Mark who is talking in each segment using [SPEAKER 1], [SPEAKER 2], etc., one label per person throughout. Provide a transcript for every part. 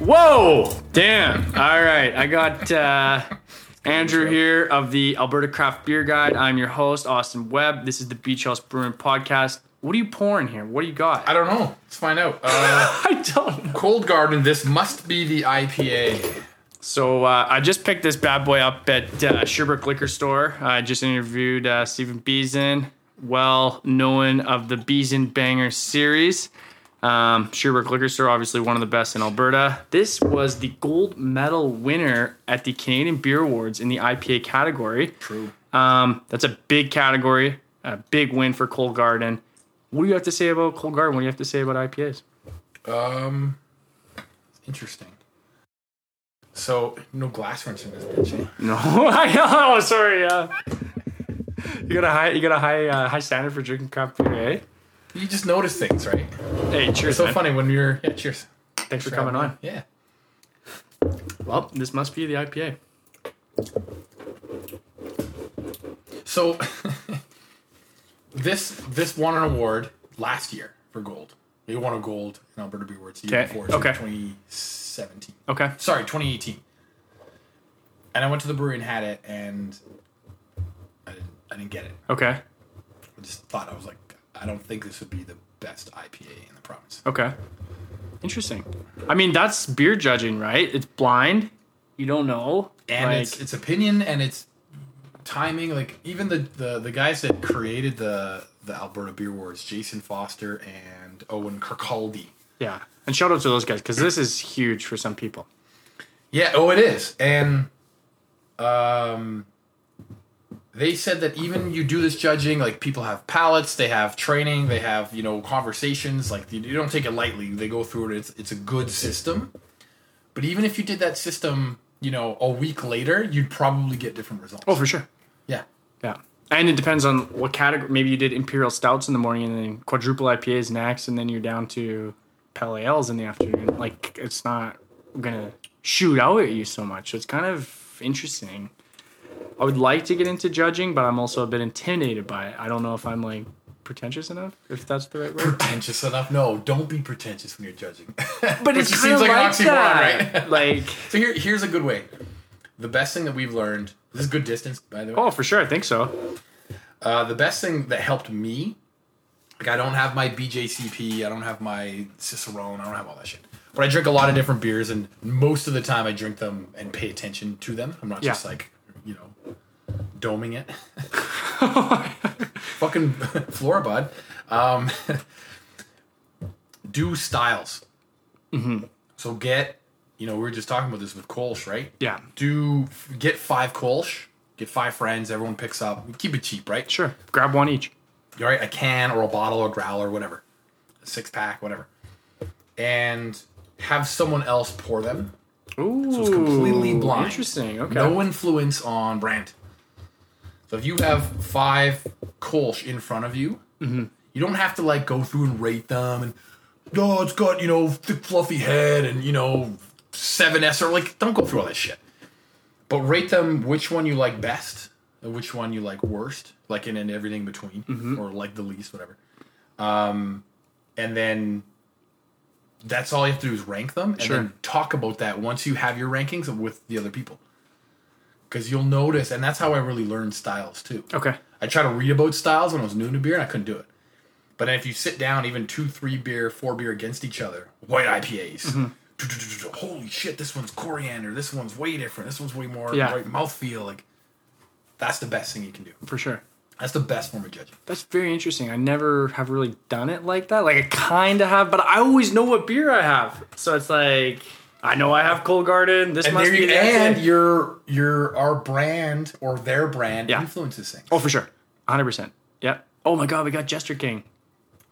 [SPEAKER 1] Whoa! Damn. All right. I got uh, Andrew here of the Alberta Craft Beer Guide. I'm your host, Austin Webb. This is the Beach House Brewing Podcast. What are you pouring here? What do you got?
[SPEAKER 2] I don't know. Let's find out. Uh,
[SPEAKER 1] I don't know.
[SPEAKER 2] Cold Garden. This must be the IPA.
[SPEAKER 1] So uh, I just picked this bad boy up at uh, Sherbrooke Liquor Store. I just interviewed uh, Stephen Beeson, well known of the Beeson Banger series. Um, Sherbrooke Liquor Store, obviously one of the best in Alberta. This was the gold medal winner at the Canadian Beer Awards in the IPA category.
[SPEAKER 2] True.
[SPEAKER 1] Um, that's a big category, a big win for Cole Garden. What do you have to say about Cole Garden? What do you have to say about IPAs?
[SPEAKER 2] Um, interesting. So no glass wrench in this bitch. eh?
[SPEAKER 1] No, I know. Sorry. Uh, you got a high, you got a high, uh, high standard for drinking craft beer, eh?
[SPEAKER 2] You just notice things, right?
[SPEAKER 1] Hey, cheers,
[SPEAKER 2] It's so
[SPEAKER 1] man.
[SPEAKER 2] funny when you're. Yeah. Cheers.
[SPEAKER 1] Thanks for coming on.
[SPEAKER 2] Yeah.
[SPEAKER 1] Well, this must be the IPA.
[SPEAKER 2] So this this won an award last year for gold. They won a gold in Alberta Beer Awards the year
[SPEAKER 1] Okay,
[SPEAKER 2] before, so
[SPEAKER 1] okay.
[SPEAKER 2] 2017.
[SPEAKER 1] Okay.
[SPEAKER 2] Sorry, 2018. And I went to the brewery and had it, and I didn't, I didn't get it.
[SPEAKER 1] Okay.
[SPEAKER 2] I just thought I was like, I don't think this would be the best IPA in the province.
[SPEAKER 1] Okay. Interesting. I mean, that's beer judging, right? It's blind. You don't know.
[SPEAKER 2] And
[SPEAKER 1] like,
[SPEAKER 2] it's it's opinion and it's timing. Like even the, the the guys that created the the Alberta Beer Awards, Jason Foster and Owen Kirkaldy.
[SPEAKER 1] yeah. And shout out to those guys because this is huge for some people.
[SPEAKER 2] Yeah, oh, it is. And um, they said that even you do this judging, like people have palettes, they have training, they have you know conversations. Like you, you don't take it lightly. They go through it. It's it's a good system. But even if you did that system, you know, a week later, you'd probably get different results.
[SPEAKER 1] Oh, for sure.
[SPEAKER 2] yeah.
[SPEAKER 1] Yeah. And it depends on what category. Maybe you did imperial stouts in the morning, and then quadruple IPAs next, and then you're down to pale ales in the afternoon. Like it's not gonna shoot out at you so much. It's kind of interesting. I would like to get into judging, but I'm also a bit intimidated by it. I don't know if I'm like pretentious enough, if that's the right word.
[SPEAKER 2] Pretentious enough? No, don't be pretentious when you're judging.
[SPEAKER 1] But
[SPEAKER 2] Which
[SPEAKER 1] it kinda that.
[SPEAKER 2] right?
[SPEAKER 1] like,
[SPEAKER 2] so here, here's a good way. The best thing that we've learned. This is good distance, by the way.
[SPEAKER 1] oh, for sure, I think so.
[SPEAKER 2] Uh, the best thing that helped me, like I don't have my BJCP, I don't have my Cicerone, I don't have all that shit. But I drink a lot of different beers, and most of the time I drink them and pay attention to them. I'm not
[SPEAKER 1] Yeah.
[SPEAKER 2] just like, you know, doming it. Fucking Floribud. Um, do styles. So get, you know, we were just talking about this with Kolsch, right?
[SPEAKER 1] Yeah,
[SPEAKER 2] Do get five Kolsch, get five friends, everyone picks up. Keep it cheap, right?
[SPEAKER 1] sure. Grab one each.
[SPEAKER 2] All right, a can or a bottle or growler, whatever, a six pack, whatever, and have someone else pour them.
[SPEAKER 1] Ooh,
[SPEAKER 2] it's completely blind.
[SPEAKER 1] Interesting. Okay.
[SPEAKER 2] No influence on brand. So if you have five Kolsch in front of you,
[SPEAKER 1] Mm-hmm.
[SPEAKER 2] you don't have to like go through and rate them and no, it's got you know thick fluffy head and you know seven S or like don't go through all that shit. But rate them which one you like best, and which one you like worst, like in and everything between,
[SPEAKER 1] Mm-hmm.
[SPEAKER 2] or like the least, whatever. Um, and then that's all you have to do is rank them and
[SPEAKER 1] Sure.
[SPEAKER 2] then talk about that once you have your rankings with the other people. Because you'll notice, and that's how I really learned styles too.
[SPEAKER 1] Okay.
[SPEAKER 2] I tried to read about styles when I was new to beer and I couldn't do it. But then if you sit down, even two, three beer, four beer against each other, white IPAs.
[SPEAKER 1] Mm-hmm.
[SPEAKER 2] Holy shit, this one's coriander. This one's way different. This one's way more
[SPEAKER 1] Yeah.
[SPEAKER 2] right mouthfeel. Like, that's the best thing you can do.
[SPEAKER 1] For sure.
[SPEAKER 2] That's the best form of judging.
[SPEAKER 1] That's very interesting. I never have really done it like that. Like I kind of have, but I always know what beer I have. So it's like I know I have Cold Garden. This
[SPEAKER 2] And,
[SPEAKER 1] must
[SPEAKER 2] there you,
[SPEAKER 1] be
[SPEAKER 2] and
[SPEAKER 1] and
[SPEAKER 2] your your our brand or their brand
[SPEAKER 1] Yeah.
[SPEAKER 2] influences things.
[SPEAKER 1] oh for sure, hundred percent. Yeah. Oh my god, we got Jester King.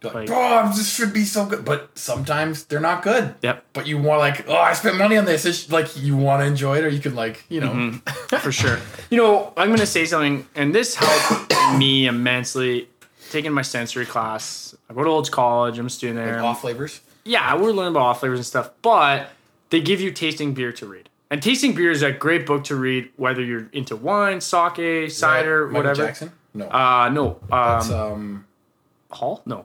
[SPEAKER 2] You're
[SPEAKER 1] like-
[SPEAKER 2] like, oh, this should be so good. But sometimes they're not good.
[SPEAKER 1] Yep.
[SPEAKER 2] But you want like, oh, I spent money on this. It's like you want to enjoy it, or you could like, you know,
[SPEAKER 1] for sure. You know, I'm going to say something, and this helped me immensely. Taking my sensory class, I go to Olds College. I'm a student there.
[SPEAKER 2] off flavors.
[SPEAKER 1] yeah, we're learning about off flavors and stuff, but they give you tasting beer to read. And tasting beer is a great book to read, whether you're into wine, sake, cider,
[SPEAKER 2] Michael
[SPEAKER 1] whatever.
[SPEAKER 2] Jackson? No.
[SPEAKER 1] Uh, no, um,
[SPEAKER 2] It's, um,
[SPEAKER 1] Hall? No.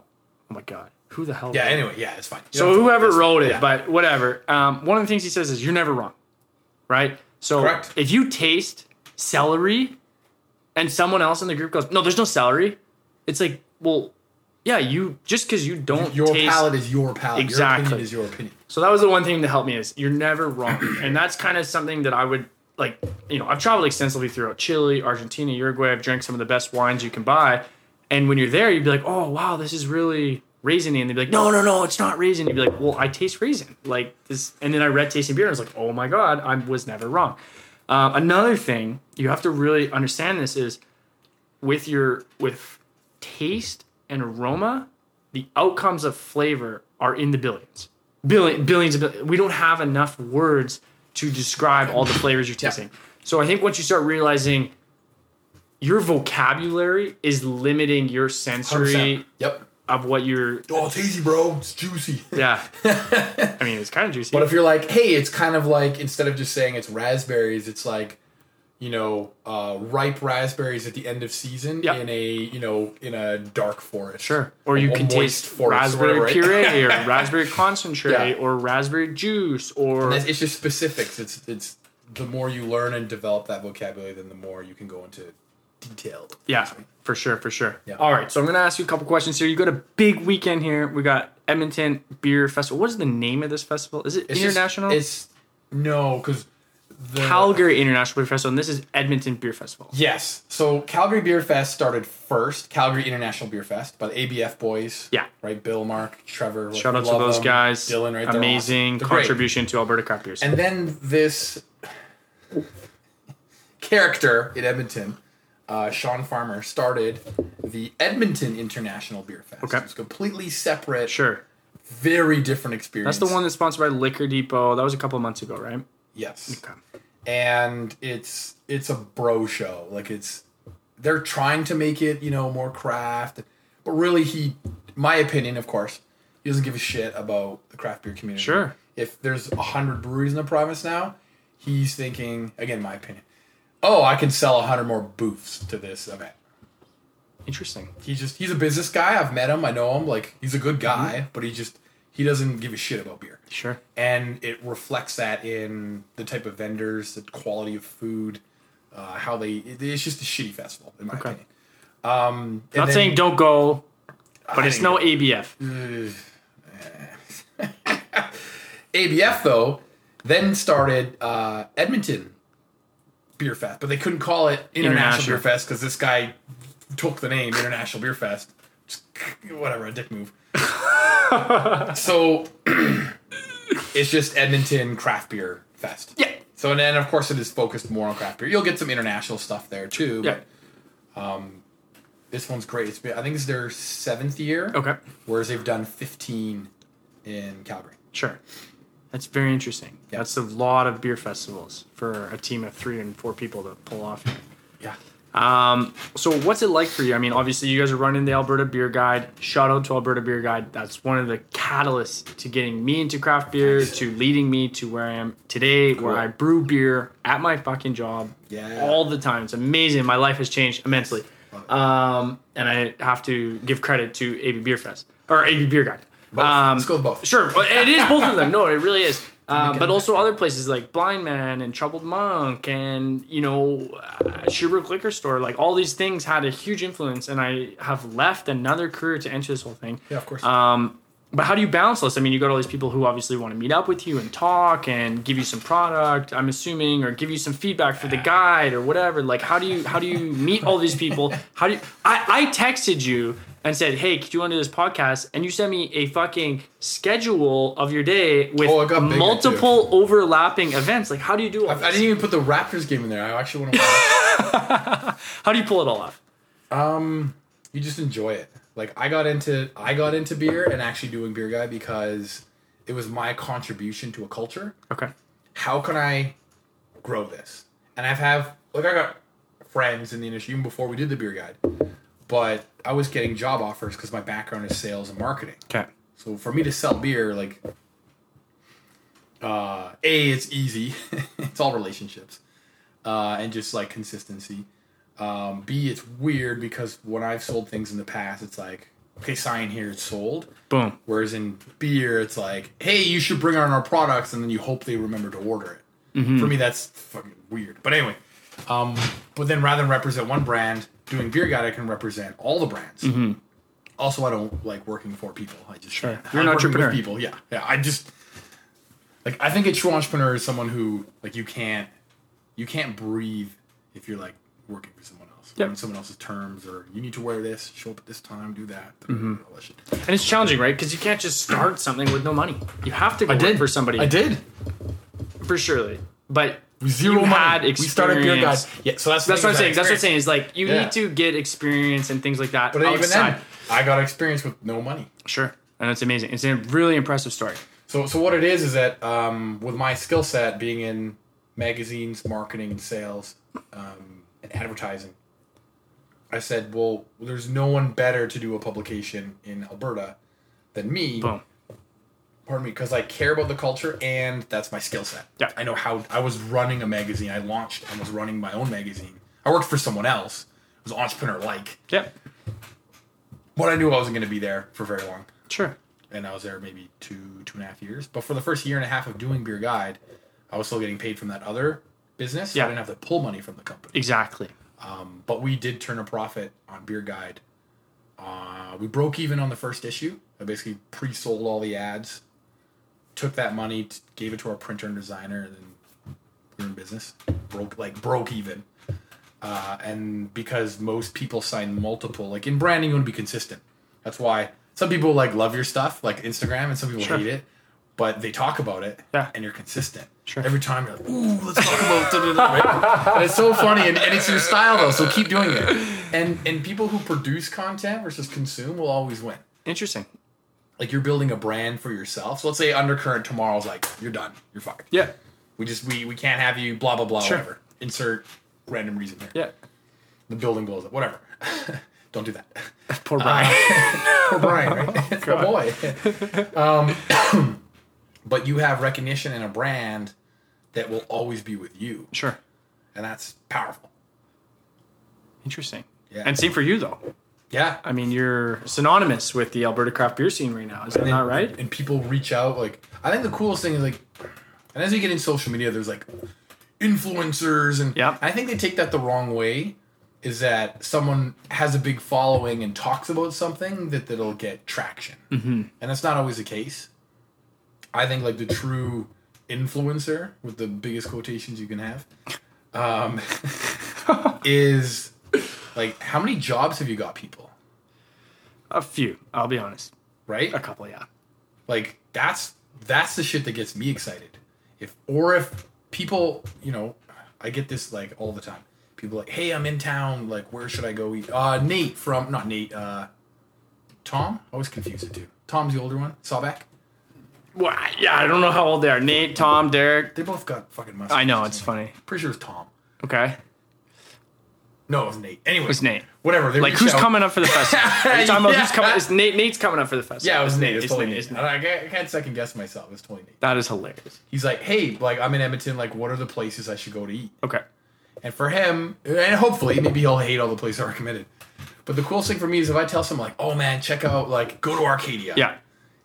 [SPEAKER 1] Oh my god. Who the hell?
[SPEAKER 2] Yeah. Anyway, yeah, it's fine. You
[SPEAKER 1] So
[SPEAKER 2] don't have to
[SPEAKER 1] whoever
[SPEAKER 2] listen.
[SPEAKER 1] wrote it,
[SPEAKER 2] Yeah.
[SPEAKER 1] but whatever. Um, one of the things he says is you're never wrong, right? So
[SPEAKER 2] Correct.
[SPEAKER 1] if you taste celery, and someone else in the group goes, "No, there's no celery," it's like, well, yeah, you just because you don't
[SPEAKER 2] your
[SPEAKER 1] taste.
[SPEAKER 2] palate is your palate. Your
[SPEAKER 1] Exactly.
[SPEAKER 2] opinion is your opinion.
[SPEAKER 1] So that was the one thing that helped me is you're never wrong, and that's kind of something that I would like. You know, I've traveled extensively throughout Chile, Argentina, Uruguay. I've drank some of the best wines you can buy, and when you're there, you'd be like, "Oh wow, this is really." Raisiny, and they'd be like, no, no, no, it's not raisin. You'd be like, well, I taste raisin, like this. And then I read tasting beer, and I was like, oh my god, I was never wrong. Uh, another thing you have to really understand this is with your with taste and aroma, the outcomes of flavor are in the billions. Billion, billions of bill- we don't have enough words to describe all the flavors you're tasting. So I think once you start realizing your vocabulary is limiting your sensory
[SPEAKER 2] 100%. Yep.
[SPEAKER 1] of what you're
[SPEAKER 2] Oh, it's easy, bro. It's juicy.
[SPEAKER 1] yeah. I mean, it's kind of juicy.
[SPEAKER 2] But if you're like, hey, it's kind of like instead of just saying it's raspberries, it's like, you know, uh, ripe raspberries at the end of season
[SPEAKER 1] Yeah.
[SPEAKER 2] in a you know in a dark forest.
[SPEAKER 1] Sure. Or you
[SPEAKER 2] A
[SPEAKER 1] can
[SPEAKER 2] moist
[SPEAKER 1] taste
[SPEAKER 2] forest or
[SPEAKER 1] raspberry
[SPEAKER 2] whatever, right?
[SPEAKER 1] puree or raspberry concentrate
[SPEAKER 2] Yeah.
[SPEAKER 1] or raspberry juice or
[SPEAKER 2] That's- It's just specifics. It's it's the more you learn and develop that vocabulary, then the more you can go into detail.
[SPEAKER 1] yeah, for sure, for sure.
[SPEAKER 2] Yeah.
[SPEAKER 1] All right, so I'm gonna ask you a couple questions here. You got a big weekend here. We got Edmonton Beer Festival. What is the name of this festival? Is it
[SPEAKER 2] It's just-
[SPEAKER 1] International?
[SPEAKER 2] it's no, because the
[SPEAKER 1] Calgary International Beer Festival, and this is Edmonton Beer Festival.
[SPEAKER 2] Yes. So Calgary Beer Fest started first, Calgary International Beer Fest by the ABF boys.
[SPEAKER 1] Yeah.
[SPEAKER 2] Right, Bill, Mark, Trevor.
[SPEAKER 1] Shout out to
[SPEAKER 2] love
[SPEAKER 1] those
[SPEAKER 2] them.
[SPEAKER 1] guys.
[SPEAKER 2] Dylan, right there.
[SPEAKER 1] Amazing
[SPEAKER 2] They're great.
[SPEAKER 1] contribution to Alberta craft beers.
[SPEAKER 2] And then this character in Edmonton, uh, Sean Farmer, started the Edmonton International Beer Fest.
[SPEAKER 1] Okay.
[SPEAKER 2] It's completely separate,
[SPEAKER 1] sure.
[SPEAKER 2] very different experience.
[SPEAKER 1] That's the one that's sponsored by Liquor Depot. That was a couple of months ago, right?
[SPEAKER 2] Yes.
[SPEAKER 1] Okay.
[SPEAKER 2] and it's it's a bro show. Like it's they're trying to make it, you know, more craft, but really he my opinion, of course, he doesn't give a shit about the craft beer community.
[SPEAKER 1] Sure.
[SPEAKER 2] If there's a hundred breweries in the province now, he's thinking again, my opinion, oh, I can sell a hundred more booths to this event.
[SPEAKER 1] Interesting.
[SPEAKER 2] He just he's a business guy. I've met him, I know him, like he's a good guy, but he just he doesn't give a shit about beer
[SPEAKER 1] Sure.
[SPEAKER 2] and it reflects that in the type of vendors, the quality of food, uh, how they. It, it's just a shitty festival, in my opinion. Um, and
[SPEAKER 1] Not
[SPEAKER 2] then-
[SPEAKER 1] saying don't go, but
[SPEAKER 2] I
[SPEAKER 1] it's
[SPEAKER 2] didn't
[SPEAKER 1] no
[SPEAKER 2] go.
[SPEAKER 1] ABF.
[SPEAKER 2] Hmm. ABF though, then started uh, Edmonton Beer Fest, but they couldn't call it International,
[SPEAKER 1] International.
[SPEAKER 2] Beer Fest because this guy took the name International Beer Fest. Just, whatever, a dick move. so it's just Edmonton Craft Beer Fest.
[SPEAKER 1] Yeah.
[SPEAKER 2] So and then of course it is focused more on craft beer. You'll get some international stuff there too.
[SPEAKER 1] Yeah.
[SPEAKER 2] but This one's great. It's been, I think it's their seventh year.
[SPEAKER 1] Okay.
[SPEAKER 2] Whereas they've done 15 in Calgary.
[SPEAKER 1] Sure. That's very interesting.
[SPEAKER 2] Yeah.
[SPEAKER 1] That's a lot of beer festivals for a team of three and four people to pull off.
[SPEAKER 2] Yeah.
[SPEAKER 1] Um, so, what's it like for you? I mean, obviously, you guys are running the Alberta Beer Guide. Shout out to Alberta Beer Guide. That's one of the catalysts to getting me into craft beer, to leading me to where I am today, where I brew beer at my fucking job
[SPEAKER 2] Yeah.
[SPEAKER 1] all the time. It's amazing. My life has changed immensely. Um, and I have to give credit to AB Beer Fest or AB Beer Guide.
[SPEAKER 2] Both.
[SPEAKER 1] Um,
[SPEAKER 2] Let's go with both.
[SPEAKER 1] Sure, but it is both of them. No, it really is. Uh, but also other places like Blind Man and Troubled Monk and you know uh, Sherbrooke Liquor Store. Like all these things had a huge influence, and I have left another career to enter this whole thing.
[SPEAKER 2] Yeah, of course.
[SPEAKER 1] Um, but how do you balance this? I mean, you got all these people who obviously want to meet up with you and talk and give you some product. I'm assuming, or give you some feedback for the guide or whatever. Like, how do you how do you meet all these people? How do you? I I texted you and said, hey, could you want to do this podcast? And you sent me a fucking schedule of your day with
[SPEAKER 2] Oh, it got bigger,
[SPEAKER 1] multiple overlapping events. Like, how do you do all
[SPEAKER 2] I, I
[SPEAKER 1] this?
[SPEAKER 2] didn't even put the Raptors game in there. I actually want to watch.
[SPEAKER 1] how do you pull it all off?
[SPEAKER 2] you just enjoy it. Like I got into I got into beer and actually doing beer guy because it was my contribution to a culture.
[SPEAKER 1] Okay,
[SPEAKER 2] how can I grow this? And I've have like I got friends in the industry even before we did the beer guide, but I was getting job offers because my background is sales and marketing.
[SPEAKER 1] okay,
[SPEAKER 2] So for me to sell beer, like, uh, a it's easy. it's all relationships, uh, and just like consistency. Um, B it's weird because when I've sold things in the past, it's like okay, sign here, it's sold.
[SPEAKER 1] Boom.
[SPEAKER 2] Whereas in beer, it's like, hey, you should bring on our products, and then you hope they remember to order it. For me, that's fucking weird. But anyway, um, but then rather than represent one brand, doing Beer Guide, I can represent all the brands.
[SPEAKER 1] Mm-hmm.
[SPEAKER 2] Also, I don't like working for people. I just sure.
[SPEAKER 1] You're an entrepreneur.
[SPEAKER 2] people. Yeah, yeah. I just like I think a true entrepreneur is someone who like you can't you can't breathe if you're like working for someone else
[SPEAKER 1] Yep.
[SPEAKER 2] on someone else's terms or you need to wear this, show up at this time, do that.
[SPEAKER 1] Mm-hmm.
[SPEAKER 2] all that shit.
[SPEAKER 1] And it's challenging, right? Because you can't just start something with no money. You have to go work for somebody
[SPEAKER 2] I did.
[SPEAKER 1] for surely. But
[SPEAKER 2] Zero
[SPEAKER 1] you
[SPEAKER 2] money.
[SPEAKER 1] had
[SPEAKER 2] We started beer guys.
[SPEAKER 1] experience.
[SPEAKER 2] Yeah, so that's the
[SPEAKER 1] That's what
[SPEAKER 2] thing
[SPEAKER 1] I'm
[SPEAKER 2] is I
[SPEAKER 1] saying. That's what I'm saying.
[SPEAKER 2] experienced-
[SPEAKER 1] Is like you
[SPEAKER 2] Yeah.
[SPEAKER 1] need to get experience and things like that
[SPEAKER 2] But even
[SPEAKER 1] outside.
[SPEAKER 2] then, I got experience with no money.
[SPEAKER 1] Sure, and it's amazing. It's a really impressive story.
[SPEAKER 2] So, so what it is is that um, with my skill set being in magazines, marketing, and sales, um, and advertising, I said, well, there's no one better to do a publication in Alberta than me.
[SPEAKER 1] Boom.
[SPEAKER 2] Pardon me, because I care about the culture and that's my skill set.
[SPEAKER 1] Yeah.
[SPEAKER 2] I know how I was running a magazine. I launched and was running my own magazine. I worked for someone else. It was entrepreneur like,
[SPEAKER 1] Yep.
[SPEAKER 2] but I knew I wasn't going to be there for very long.
[SPEAKER 1] Sure.
[SPEAKER 2] and I was there maybe two two and a half years. But for the first year and a half of doing Beer Guide, I was still getting paid from that other business. so
[SPEAKER 1] Yeah.
[SPEAKER 2] I didn't have to pull money from the company.
[SPEAKER 1] Exactly.
[SPEAKER 2] Um, but we did turn a profit on Beer Guide. Uh, we broke even on the first issue. I basically pre-sold all the ads, took that money, t- gave it to our printer and designer, and then we were in business. Broke like broke even. Uh, and because most people sign multiple, like in branding, you want to be consistent. That's why some people like love your stuff, like Instagram, and some people
[SPEAKER 1] Sure.
[SPEAKER 2] hate it. But they talk about it,
[SPEAKER 1] Yeah.
[SPEAKER 2] and you're consistent.
[SPEAKER 1] Sure.
[SPEAKER 2] Every time you're like, ooh, let's talk about. da-da-da," right? And it's so funny, and, and it's your style though, so keep doing it. And and people who produce content versus consume will always win.
[SPEAKER 1] Interesting.
[SPEAKER 2] Like you're building a brand for yourself. So let's say Undercurrent tomorrow's like, you're done, you're fucked.
[SPEAKER 1] Yeah.
[SPEAKER 2] We just we we can't have you. Blah blah blah.
[SPEAKER 1] Sure.
[SPEAKER 2] Whatever. Insert random reason here.
[SPEAKER 1] Yeah.
[SPEAKER 2] The building blows up. Whatever. Don't do that.
[SPEAKER 1] Poor Brian.
[SPEAKER 2] Poor Brian, right? It's my boy. Um, but you have recognition and a brand that will always be with you,
[SPEAKER 1] sure.
[SPEAKER 2] and that's powerful.
[SPEAKER 1] Interesting.
[SPEAKER 2] Yeah.
[SPEAKER 1] And same for you though.
[SPEAKER 2] Yeah.
[SPEAKER 1] I mean, you're synonymous with the Alberta craft beer scene right now. Is that
[SPEAKER 2] And-
[SPEAKER 1] not right?
[SPEAKER 2] And people reach out. Like I think the coolest thing is like, and as we get in social media, there's like influencers, and
[SPEAKER 1] Yep.
[SPEAKER 2] I think they take that the wrong way. Is that someone has a big following and talks about something that that'll get traction, mm-hmm. and that's not always the case. I think like the true influencer with the biggest quotations you can have um, is like how many jobs have you got people
[SPEAKER 1] A few. I'll be honest.
[SPEAKER 2] right
[SPEAKER 1] A couple. Yeah.
[SPEAKER 2] like that's that's the shit that gets me excited if or if people you know i get this like all the time people like hey i'm in town like where should i go eat uh nate from not nate uh tom i always confuse the two tom's the older one sawback
[SPEAKER 1] Well, I- yeah. I don't know how old they are. Nate, Tom, Derek.
[SPEAKER 2] they both got fucking mustaches
[SPEAKER 1] I know it's funny.
[SPEAKER 2] pretty sure it was tom
[SPEAKER 1] Okay.
[SPEAKER 2] no it was nate anyway it
[SPEAKER 1] was Nate.
[SPEAKER 2] whatever they
[SPEAKER 1] Like
[SPEAKER 2] reached
[SPEAKER 1] who's
[SPEAKER 2] out.
[SPEAKER 1] coming up for the festival? Are you talking about who's
[SPEAKER 2] Yeah.
[SPEAKER 1] coming? Is Nate? Nate's coming up for the festival.
[SPEAKER 2] yeah it was nate it's
[SPEAKER 1] It's
[SPEAKER 2] totally
[SPEAKER 1] Nate,
[SPEAKER 2] nate,
[SPEAKER 1] it's Nate.
[SPEAKER 2] And I, can't- I can't second guess myself it's totally nate
[SPEAKER 1] That is hilarious.
[SPEAKER 2] he's like hey like i'm in edmonton like what are the places i should go to eat
[SPEAKER 1] Okay.
[SPEAKER 2] And for him, and hopefully, maybe he'll hate all the places that are committed. But the coolest thing for me is if I tell someone like, "Oh man, check out like go to Arcadia,
[SPEAKER 1] Yeah.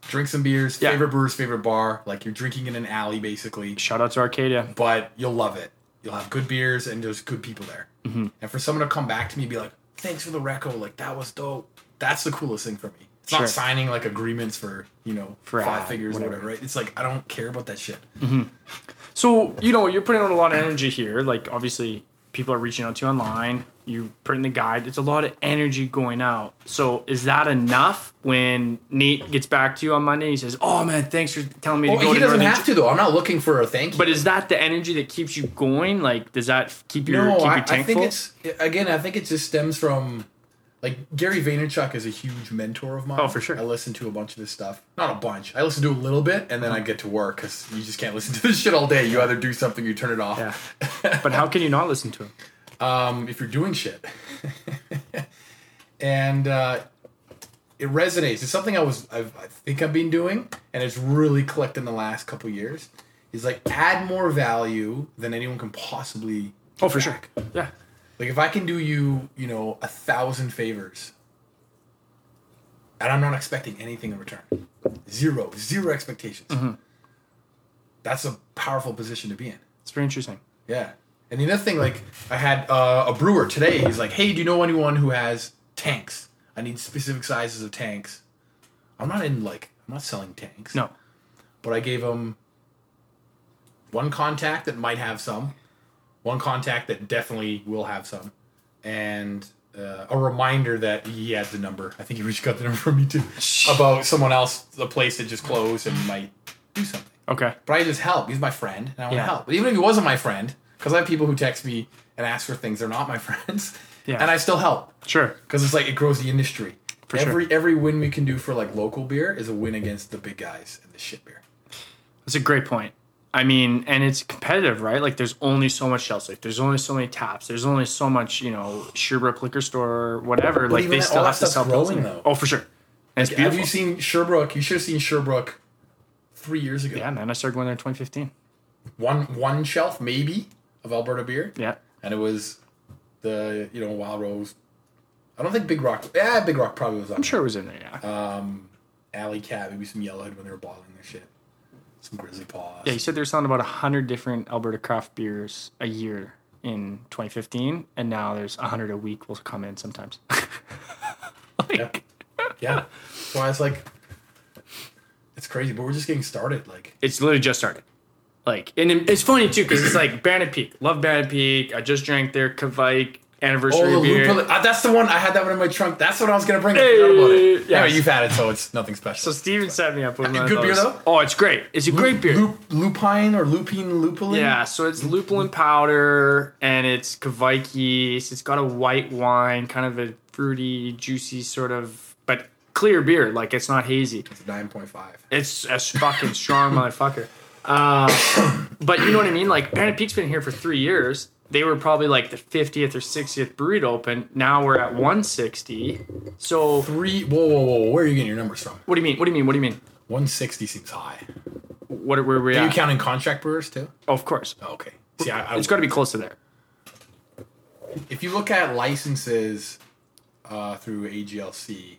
[SPEAKER 2] drink some beers,
[SPEAKER 1] Yeah.
[SPEAKER 2] favorite brewers, favorite bar," like you're drinking in an alley basically,
[SPEAKER 1] Shout out to Arcadia.
[SPEAKER 2] but you'll love it. You'll have good beers and there's good people there.
[SPEAKER 1] Mm-hmm.
[SPEAKER 2] And for someone to come back to me and be like, "Thanks for the reco, like that was dope," that's the coolest thing for me. It's
[SPEAKER 1] Sure.
[SPEAKER 2] not signing like agreements for you know
[SPEAKER 1] For
[SPEAKER 2] five
[SPEAKER 1] ad,
[SPEAKER 2] figures
[SPEAKER 1] whatever.
[SPEAKER 2] or whatever. Right? It's like I don't care about that shit.
[SPEAKER 1] So you know you're putting out a lot of energy here. Like obviously people are reaching out to you online. You put in the guide. It's a lot of energy going out. So is that enough when Nate gets back to you on Monday? He says, "Oh man, thanks for telling me to go
[SPEAKER 2] Well, Oh, he
[SPEAKER 1] to
[SPEAKER 2] doesn't
[SPEAKER 1] Northern
[SPEAKER 2] have to though. I'm not looking for a thank you.
[SPEAKER 1] But is that the energy that keeps you going? Like, does that f- keep your keep your
[SPEAKER 2] I,
[SPEAKER 1] tank
[SPEAKER 2] I think
[SPEAKER 1] full?
[SPEAKER 2] it's again. I think it just stems from like Gary Vaynerchuk is a huge mentor of mine.
[SPEAKER 1] Oh, for sure.
[SPEAKER 2] I listen to a bunch of his stuff. Not a bunch. I listen to a little bit, and then I get to work because you just can't listen to this shit all day. You either do something, you turn it off.
[SPEAKER 1] yeah. but how can you not listen to him?
[SPEAKER 2] Um, if you're doing shit, and uh, it resonates. It's something I was. I've, I think I've been doing, and it's really clicked in the last couple years. Is like add more value than anyone can possibly.
[SPEAKER 1] Oh, for sure. Yeah.
[SPEAKER 2] Like if I can do you, you know, a thousand favors, and I'm not expecting anything in return. Zero, zero expectations. That's a powerful position to be in.
[SPEAKER 1] It's very interesting.
[SPEAKER 2] Yeah. And the other thing, like, I had uh, a brewer today. He's like, hey, do you know anyone who has tanks? I need specific sizes of tanks. I'm not in, like, I'm not selling tanks.
[SPEAKER 1] No.
[SPEAKER 2] But I gave him one contact that might have some, one contact that definitely will have some, and uh, a reminder that he has the number. I think he just got the number from me, too, about someone else, the place that just closed and might do something
[SPEAKER 1] Okay.
[SPEAKER 2] but I just help. He's my friend, and I want to
[SPEAKER 1] Yeah.
[SPEAKER 2] help. But even if he wasn't my friend, because I have people who text me and ask for things they're not my friends,
[SPEAKER 1] Yeah.
[SPEAKER 2] and I still help
[SPEAKER 1] Sure.
[SPEAKER 2] because it's like it grows the industry.
[SPEAKER 1] For sure.
[SPEAKER 2] every every win we can do for like local beer is a win against the big guys and the shit beer.
[SPEAKER 1] That's a great point. I mean, and it's competitive, right? Like, there's only so much shelf life. There's only so many taps. There's only so much, you know, Sherbrooke liquor store, whatever. like,
[SPEAKER 2] even
[SPEAKER 1] they
[SPEAKER 2] that-
[SPEAKER 1] still
[SPEAKER 2] all that
[SPEAKER 1] have to
[SPEAKER 2] stuff's
[SPEAKER 1] sell
[SPEAKER 2] growing,
[SPEAKER 1] Pilsner.
[SPEAKER 2] though.
[SPEAKER 1] Oh, for sure. And it's
[SPEAKER 2] Have
[SPEAKER 1] beautiful.
[SPEAKER 2] you seen Sherbrooke? You should have seen Sherbrooke three years ago.
[SPEAKER 1] yeah, man. I started going there in 2015.
[SPEAKER 2] One one shelf maybe of Alberta beer,
[SPEAKER 1] Yeah.
[SPEAKER 2] and it was the you know Wild Rose. I don't think Big Rock. Yeah, Big Rock probably was on.
[SPEAKER 1] I'm sure it was in there. Yeah.
[SPEAKER 2] um, Alley Cat, maybe some Yellowhead when they were bottling their shit. Some Grizzly Paws.
[SPEAKER 1] yeah. You said they were selling about 100 different Alberta craft beers a year in 2015, and now there's 100 a week will come in sometimes.
[SPEAKER 2] yeah. yeah. So I was like, it's crazy, but we're just getting started. Like,
[SPEAKER 1] it's literally just started. Like, and it- it's funny too because it's like Bandit Peak. Love Bandit Peak. I just drank their Kavik anniversary
[SPEAKER 2] oh, the
[SPEAKER 1] beer.
[SPEAKER 2] loophole. Uh, that's the one. I had that one in my trunk. That's what I was going to bring. I
[SPEAKER 1] Hey,
[SPEAKER 2] forgot about it.
[SPEAKER 1] yes.
[SPEAKER 2] Anyway, you've had it, so it's nothing
[SPEAKER 1] so
[SPEAKER 2] special.
[SPEAKER 1] Steven set me up with one of
[SPEAKER 2] Good beer,
[SPEAKER 1] those.
[SPEAKER 2] though?
[SPEAKER 1] Oh, it's great. It's a great beer.
[SPEAKER 2] Lup- lupine or lupine lupulin?
[SPEAKER 1] yeah, so it's lupulin powder and it's Kavik yeast. It's got a white wine, kind of a fruity, juicy sort of, but clear beer. Like it's not hazy.
[SPEAKER 2] It's 9.5.
[SPEAKER 1] It's a fucking strong motherfucker. Uh, but you know what I mean? Like, Bandit Peak's been here for three years. They were probably like the 50th or 60th brewery to open. Now we're at 160. So, what
[SPEAKER 2] Three. Whoa, whoa, whoa. Where are you getting your numbers from?
[SPEAKER 1] do you mean? What do you mean? What do you mean?
[SPEAKER 2] 160 seems high.
[SPEAKER 1] What were we
[SPEAKER 2] Are you
[SPEAKER 1] at?
[SPEAKER 2] counting contract brewers, too?
[SPEAKER 1] oh, of course.
[SPEAKER 2] Oh, okay. See, I, I
[SPEAKER 1] It's got to be close to there.
[SPEAKER 2] if you look at licenses uh, through AGLC,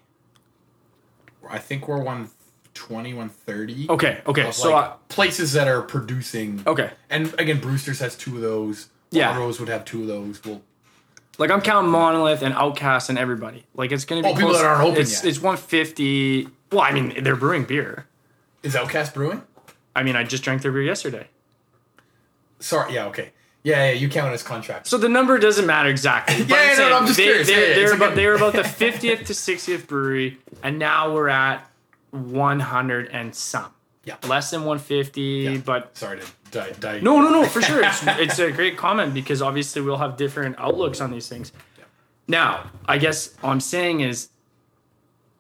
[SPEAKER 2] I think we're 120, 130.
[SPEAKER 1] Okay, okay.
[SPEAKER 2] Of
[SPEAKER 1] So,
[SPEAKER 2] like
[SPEAKER 1] uh,
[SPEAKER 2] places that are producing.
[SPEAKER 1] okay.
[SPEAKER 2] And again, Brewster's has two of those.
[SPEAKER 1] Yeah.
[SPEAKER 2] Rose would have two of those. Well,
[SPEAKER 1] Like, I'm counting Monolith and Outcast and everybody. Like, it's going to be
[SPEAKER 2] Oh, people
[SPEAKER 1] close-
[SPEAKER 2] that aren't open
[SPEAKER 1] it's,
[SPEAKER 2] yet.
[SPEAKER 1] It's 150. Well, I mean, they're brewing beer.
[SPEAKER 2] is Outcast Brewing?
[SPEAKER 1] I mean, I just drank their beer yesterday.
[SPEAKER 2] Sorry. Yeah. Okay. Yeah. Yeah. You count it as contract.
[SPEAKER 1] So the number doesn't matter exactly. but
[SPEAKER 2] Yeah, yeah, no,
[SPEAKER 1] saying
[SPEAKER 2] no, I'm just
[SPEAKER 1] they,
[SPEAKER 2] curious.
[SPEAKER 1] They're,
[SPEAKER 2] Yeah, yeah,
[SPEAKER 1] they're
[SPEAKER 2] it's like
[SPEAKER 1] about,
[SPEAKER 2] a-
[SPEAKER 1] they were about the 50th to 60th brewery, and now we're at 100 and some.
[SPEAKER 2] Yeah.
[SPEAKER 1] Less than 150, but
[SPEAKER 2] Sorry to die. die.
[SPEAKER 1] no, no, no, for sure. It's, it's a great comment because obviously we'll have different outlooks on these things. Now, I guess all I'm saying is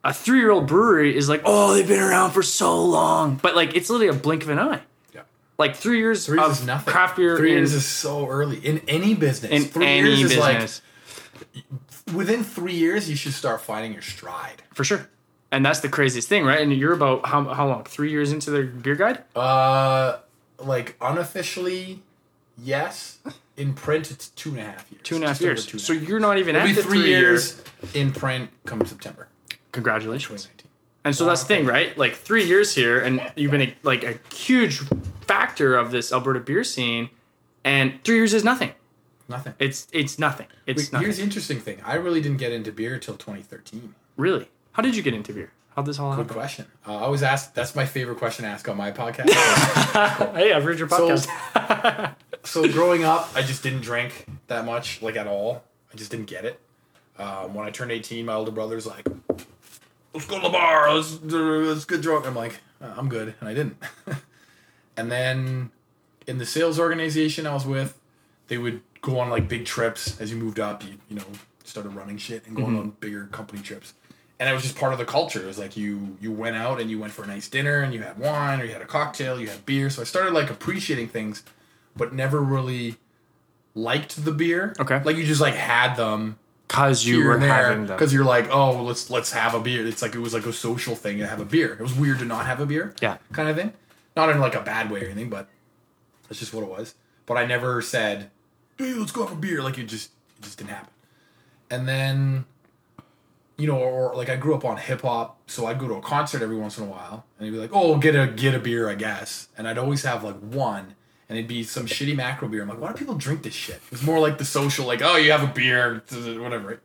[SPEAKER 1] a three year old brewery is like, oh, they've been around for so long. But like, it's literally a blink of an eye.
[SPEAKER 2] Yeah.
[SPEAKER 1] Like, three years
[SPEAKER 2] Three years
[SPEAKER 1] of
[SPEAKER 2] is nothing.
[SPEAKER 1] craft beer
[SPEAKER 2] Three
[SPEAKER 1] in,
[SPEAKER 2] years is so early in any business.
[SPEAKER 1] in
[SPEAKER 2] three
[SPEAKER 1] any
[SPEAKER 2] years
[SPEAKER 1] business.
[SPEAKER 2] is like within three years you should start finding your stride.
[SPEAKER 1] For sure. And that's the craziest thing, right? And you're about how, how long? Three years into their beer guide?
[SPEAKER 2] Uh, like unofficially, yes. In print, it's two and a half years.
[SPEAKER 1] Two and a half
[SPEAKER 2] Just over
[SPEAKER 1] years.
[SPEAKER 2] two and a
[SPEAKER 1] so
[SPEAKER 2] half.
[SPEAKER 1] you're not even at
[SPEAKER 2] It'll be
[SPEAKER 1] the
[SPEAKER 2] three years in print come September
[SPEAKER 1] Congratulations.
[SPEAKER 2] 2019.
[SPEAKER 1] And so that's the thing, right? Like three years here, and you've been a, like a huge factor of this Alberta beer scene, and three years is nothing.
[SPEAKER 2] Nothing.
[SPEAKER 1] It's it's nothing. It's
[SPEAKER 2] Here's
[SPEAKER 1] nothing.
[SPEAKER 2] the interesting thing. I really didn't get into beer till 2013.
[SPEAKER 1] Really? How did you get into beer? How'd this all
[SPEAKER 2] Good
[SPEAKER 1] happen?
[SPEAKER 2] question. Uh, I was asked. That's my favorite question to ask on my podcast.
[SPEAKER 1] Hey, I've read your podcast.
[SPEAKER 2] so growing up, I just didn't drink that much, like at all. I just didn't get it. Um, when I turned 18, my older brother's like, "Let's go to the bar. Let's let's get drunk." I'm like, "Uh, "I'm good," and I didn't. and then in the sales organization I was with, they would go on like big trips. As you moved up, you you know started running shit and going on bigger company trips. And it was just part of the culture. It was like you you went out and you went for a nice dinner and you had wine or you had a cocktail, you had beer. So I started like appreciating things, but never really liked the beer.
[SPEAKER 1] Okay.
[SPEAKER 2] Like you just like had them
[SPEAKER 1] Cause you
[SPEAKER 2] here
[SPEAKER 1] were
[SPEAKER 2] and there
[SPEAKER 1] having them.
[SPEAKER 2] because you're like, oh, well, let's let's have a beer. It's like it was like a social thing to have a beer. It was weird to not have a beer.
[SPEAKER 1] Yeah.
[SPEAKER 2] kind of thing. Not in like a bad way or anything, but that's just what it was. But I never said, hey, let's go have a beer. Like it just it just didn't happen. And then you know, or, or like I grew up on hip hop, so I'd go to a concert every once in a while, and he'd be like, "Oh, get a get a beer, I guess," and I'd always have like one, and it'd be some shitty macro beer. I'm like, why do people drink this shit? It's more like the social, like, oh, you have a beer, whatever.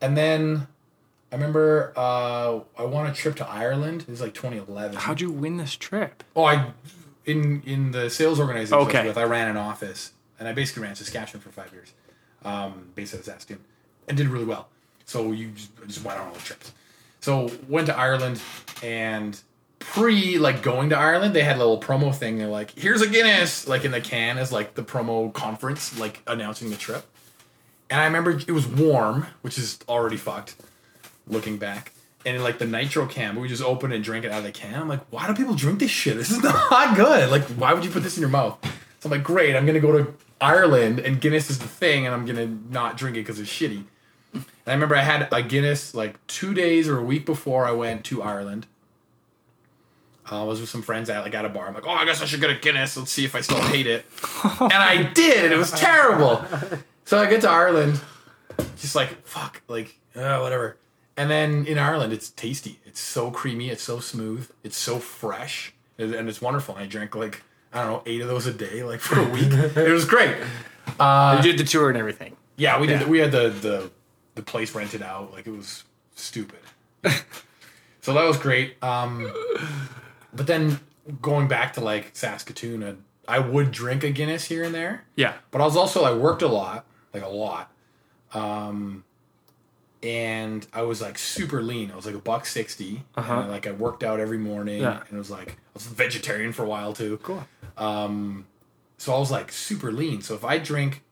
[SPEAKER 2] And then I remember uh, I won a trip to Ireland. It was like 2011.
[SPEAKER 1] How'd you win this trip?
[SPEAKER 2] Oh, I in in the sales organization I was
[SPEAKER 1] Okay.
[SPEAKER 2] with, I ran an office, and I basically ran Saskatchewan for five years, um, based out of Saskatoon, and did really well. So you just, I just went on all the trips. So went to Ireland, and pre like going to Ireland, they had a little promo thing. They're like, "Here's a Guinness," like in the can as like the promo conference, like announcing the trip. And I remember it was warm, which is already fucked looking back. And like the nitro can, we would just open and drink it out of the can. I'm like, why do people drink this shit? This is not good. Like, why would you put this in your mouth? So I'm like, great, I'm gonna go to Ireland and Guinness is the thing, and I'm gonna not drink it because it's shitty. And I remember I had a Guinness like two days or a week before I went to Ireland. Uh, I was with some friends at like at a bar. I'm like, oh, I guess I should get a Guinness. Let's see if I still hate it. and I did, and it was terrible. So I get to Ireland, just like fuck, like uh, whatever. And then in Ireland, it's tasty. It's so creamy. It's so smooth. It's so fresh, and and it's wonderful. And I drank like I don't know eight of those a day, like for a week. it was great. Uh,
[SPEAKER 1] you did the tour and everything.
[SPEAKER 2] Yeah, we did. We had the the the place rented out. Like it was stupid. so that was great. Um, but then going back to like Saskatoon, uh, I would drink a Guinness here and there.
[SPEAKER 1] Yeah.
[SPEAKER 2] But I was also I worked a lot, like a lot, um, and I was like super lean. I was like a buck 60
[SPEAKER 1] Uh-huh.
[SPEAKER 2] and I, like I worked out every morning,
[SPEAKER 1] Yeah.
[SPEAKER 2] and it was like I was vegetarian for a while too.
[SPEAKER 1] Cool.
[SPEAKER 2] Um, So I was like super lean. So if I drink,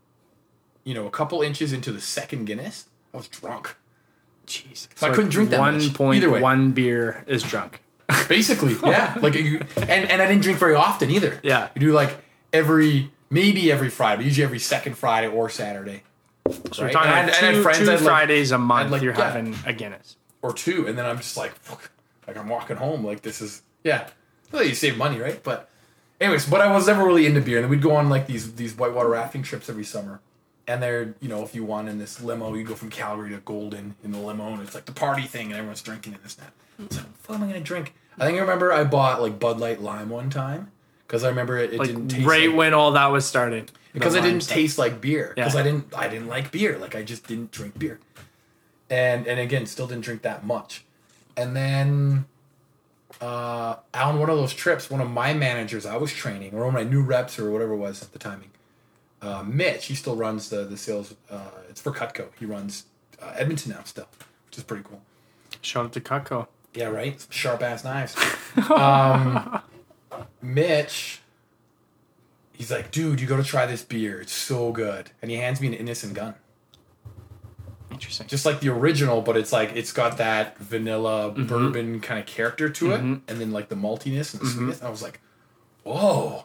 [SPEAKER 2] you know, a couple inches into the second Guinness, I was drunk.
[SPEAKER 1] Jeez.
[SPEAKER 2] I couldn't drink that much. Either way.
[SPEAKER 1] one beer is drunk.
[SPEAKER 2] Basically, yeah. Like you, and and I didn't drink very often either.
[SPEAKER 1] Yeah.
[SPEAKER 2] you do like every maybe every Friday, usually every second Friday or Saturday.
[SPEAKER 1] So we're
[SPEAKER 2] Right.
[SPEAKER 1] talking
[SPEAKER 2] And
[SPEAKER 1] about
[SPEAKER 2] I'd- and I'd
[SPEAKER 1] two,
[SPEAKER 2] friends,
[SPEAKER 1] two
[SPEAKER 2] I'd like-
[SPEAKER 1] Fridays a month.
[SPEAKER 2] like-
[SPEAKER 1] you're
[SPEAKER 2] yeah.
[SPEAKER 1] having a Guinness.
[SPEAKER 2] or two, and then I'm just like, fuck, like I'm walking home. Like this is yeah. Well, you save money, right? But anyways, but I was never really into beer, and then we'd go on like these these whitewater rafting trips every summer. And they're you know if you won in this limo, you go from Calgary to Golden in the limo, and it's like the party thing, and everyone's drinking in this and that. So what am I gonna drink? I think I remember I bought like Bud Light Lime one time because I remember it, it
[SPEAKER 1] Like
[SPEAKER 2] didn't taste
[SPEAKER 1] right
[SPEAKER 2] like-
[SPEAKER 1] when all that was started.
[SPEAKER 2] because
[SPEAKER 1] The
[SPEAKER 2] I
[SPEAKER 1] lime
[SPEAKER 2] didn't
[SPEAKER 1] stuff.
[SPEAKER 2] taste like beer because
[SPEAKER 1] Yeah.
[SPEAKER 2] I didn't I didn't like beer like I just didn't drink beer and and again still didn't drink that much and then uh on one of those trips one of my managers I was training or one of my new reps or whatever it was at the timing uh Mitch he still runs the the sales uh it's for Cutco he runs uh, Edmonton now still which is pretty cool
[SPEAKER 1] Shout out to Cutco.
[SPEAKER 2] yeah, right. Sharp ass knives. um, Mitch, he's like, dude, you got to try this beer. It's so good. And he hands me an innocent gun,
[SPEAKER 1] Interesting.
[SPEAKER 2] just like the original, but it's like it's got that vanilla bourbon kind of character to it, and then like the maltiness and the sweetness. I was like, whoa,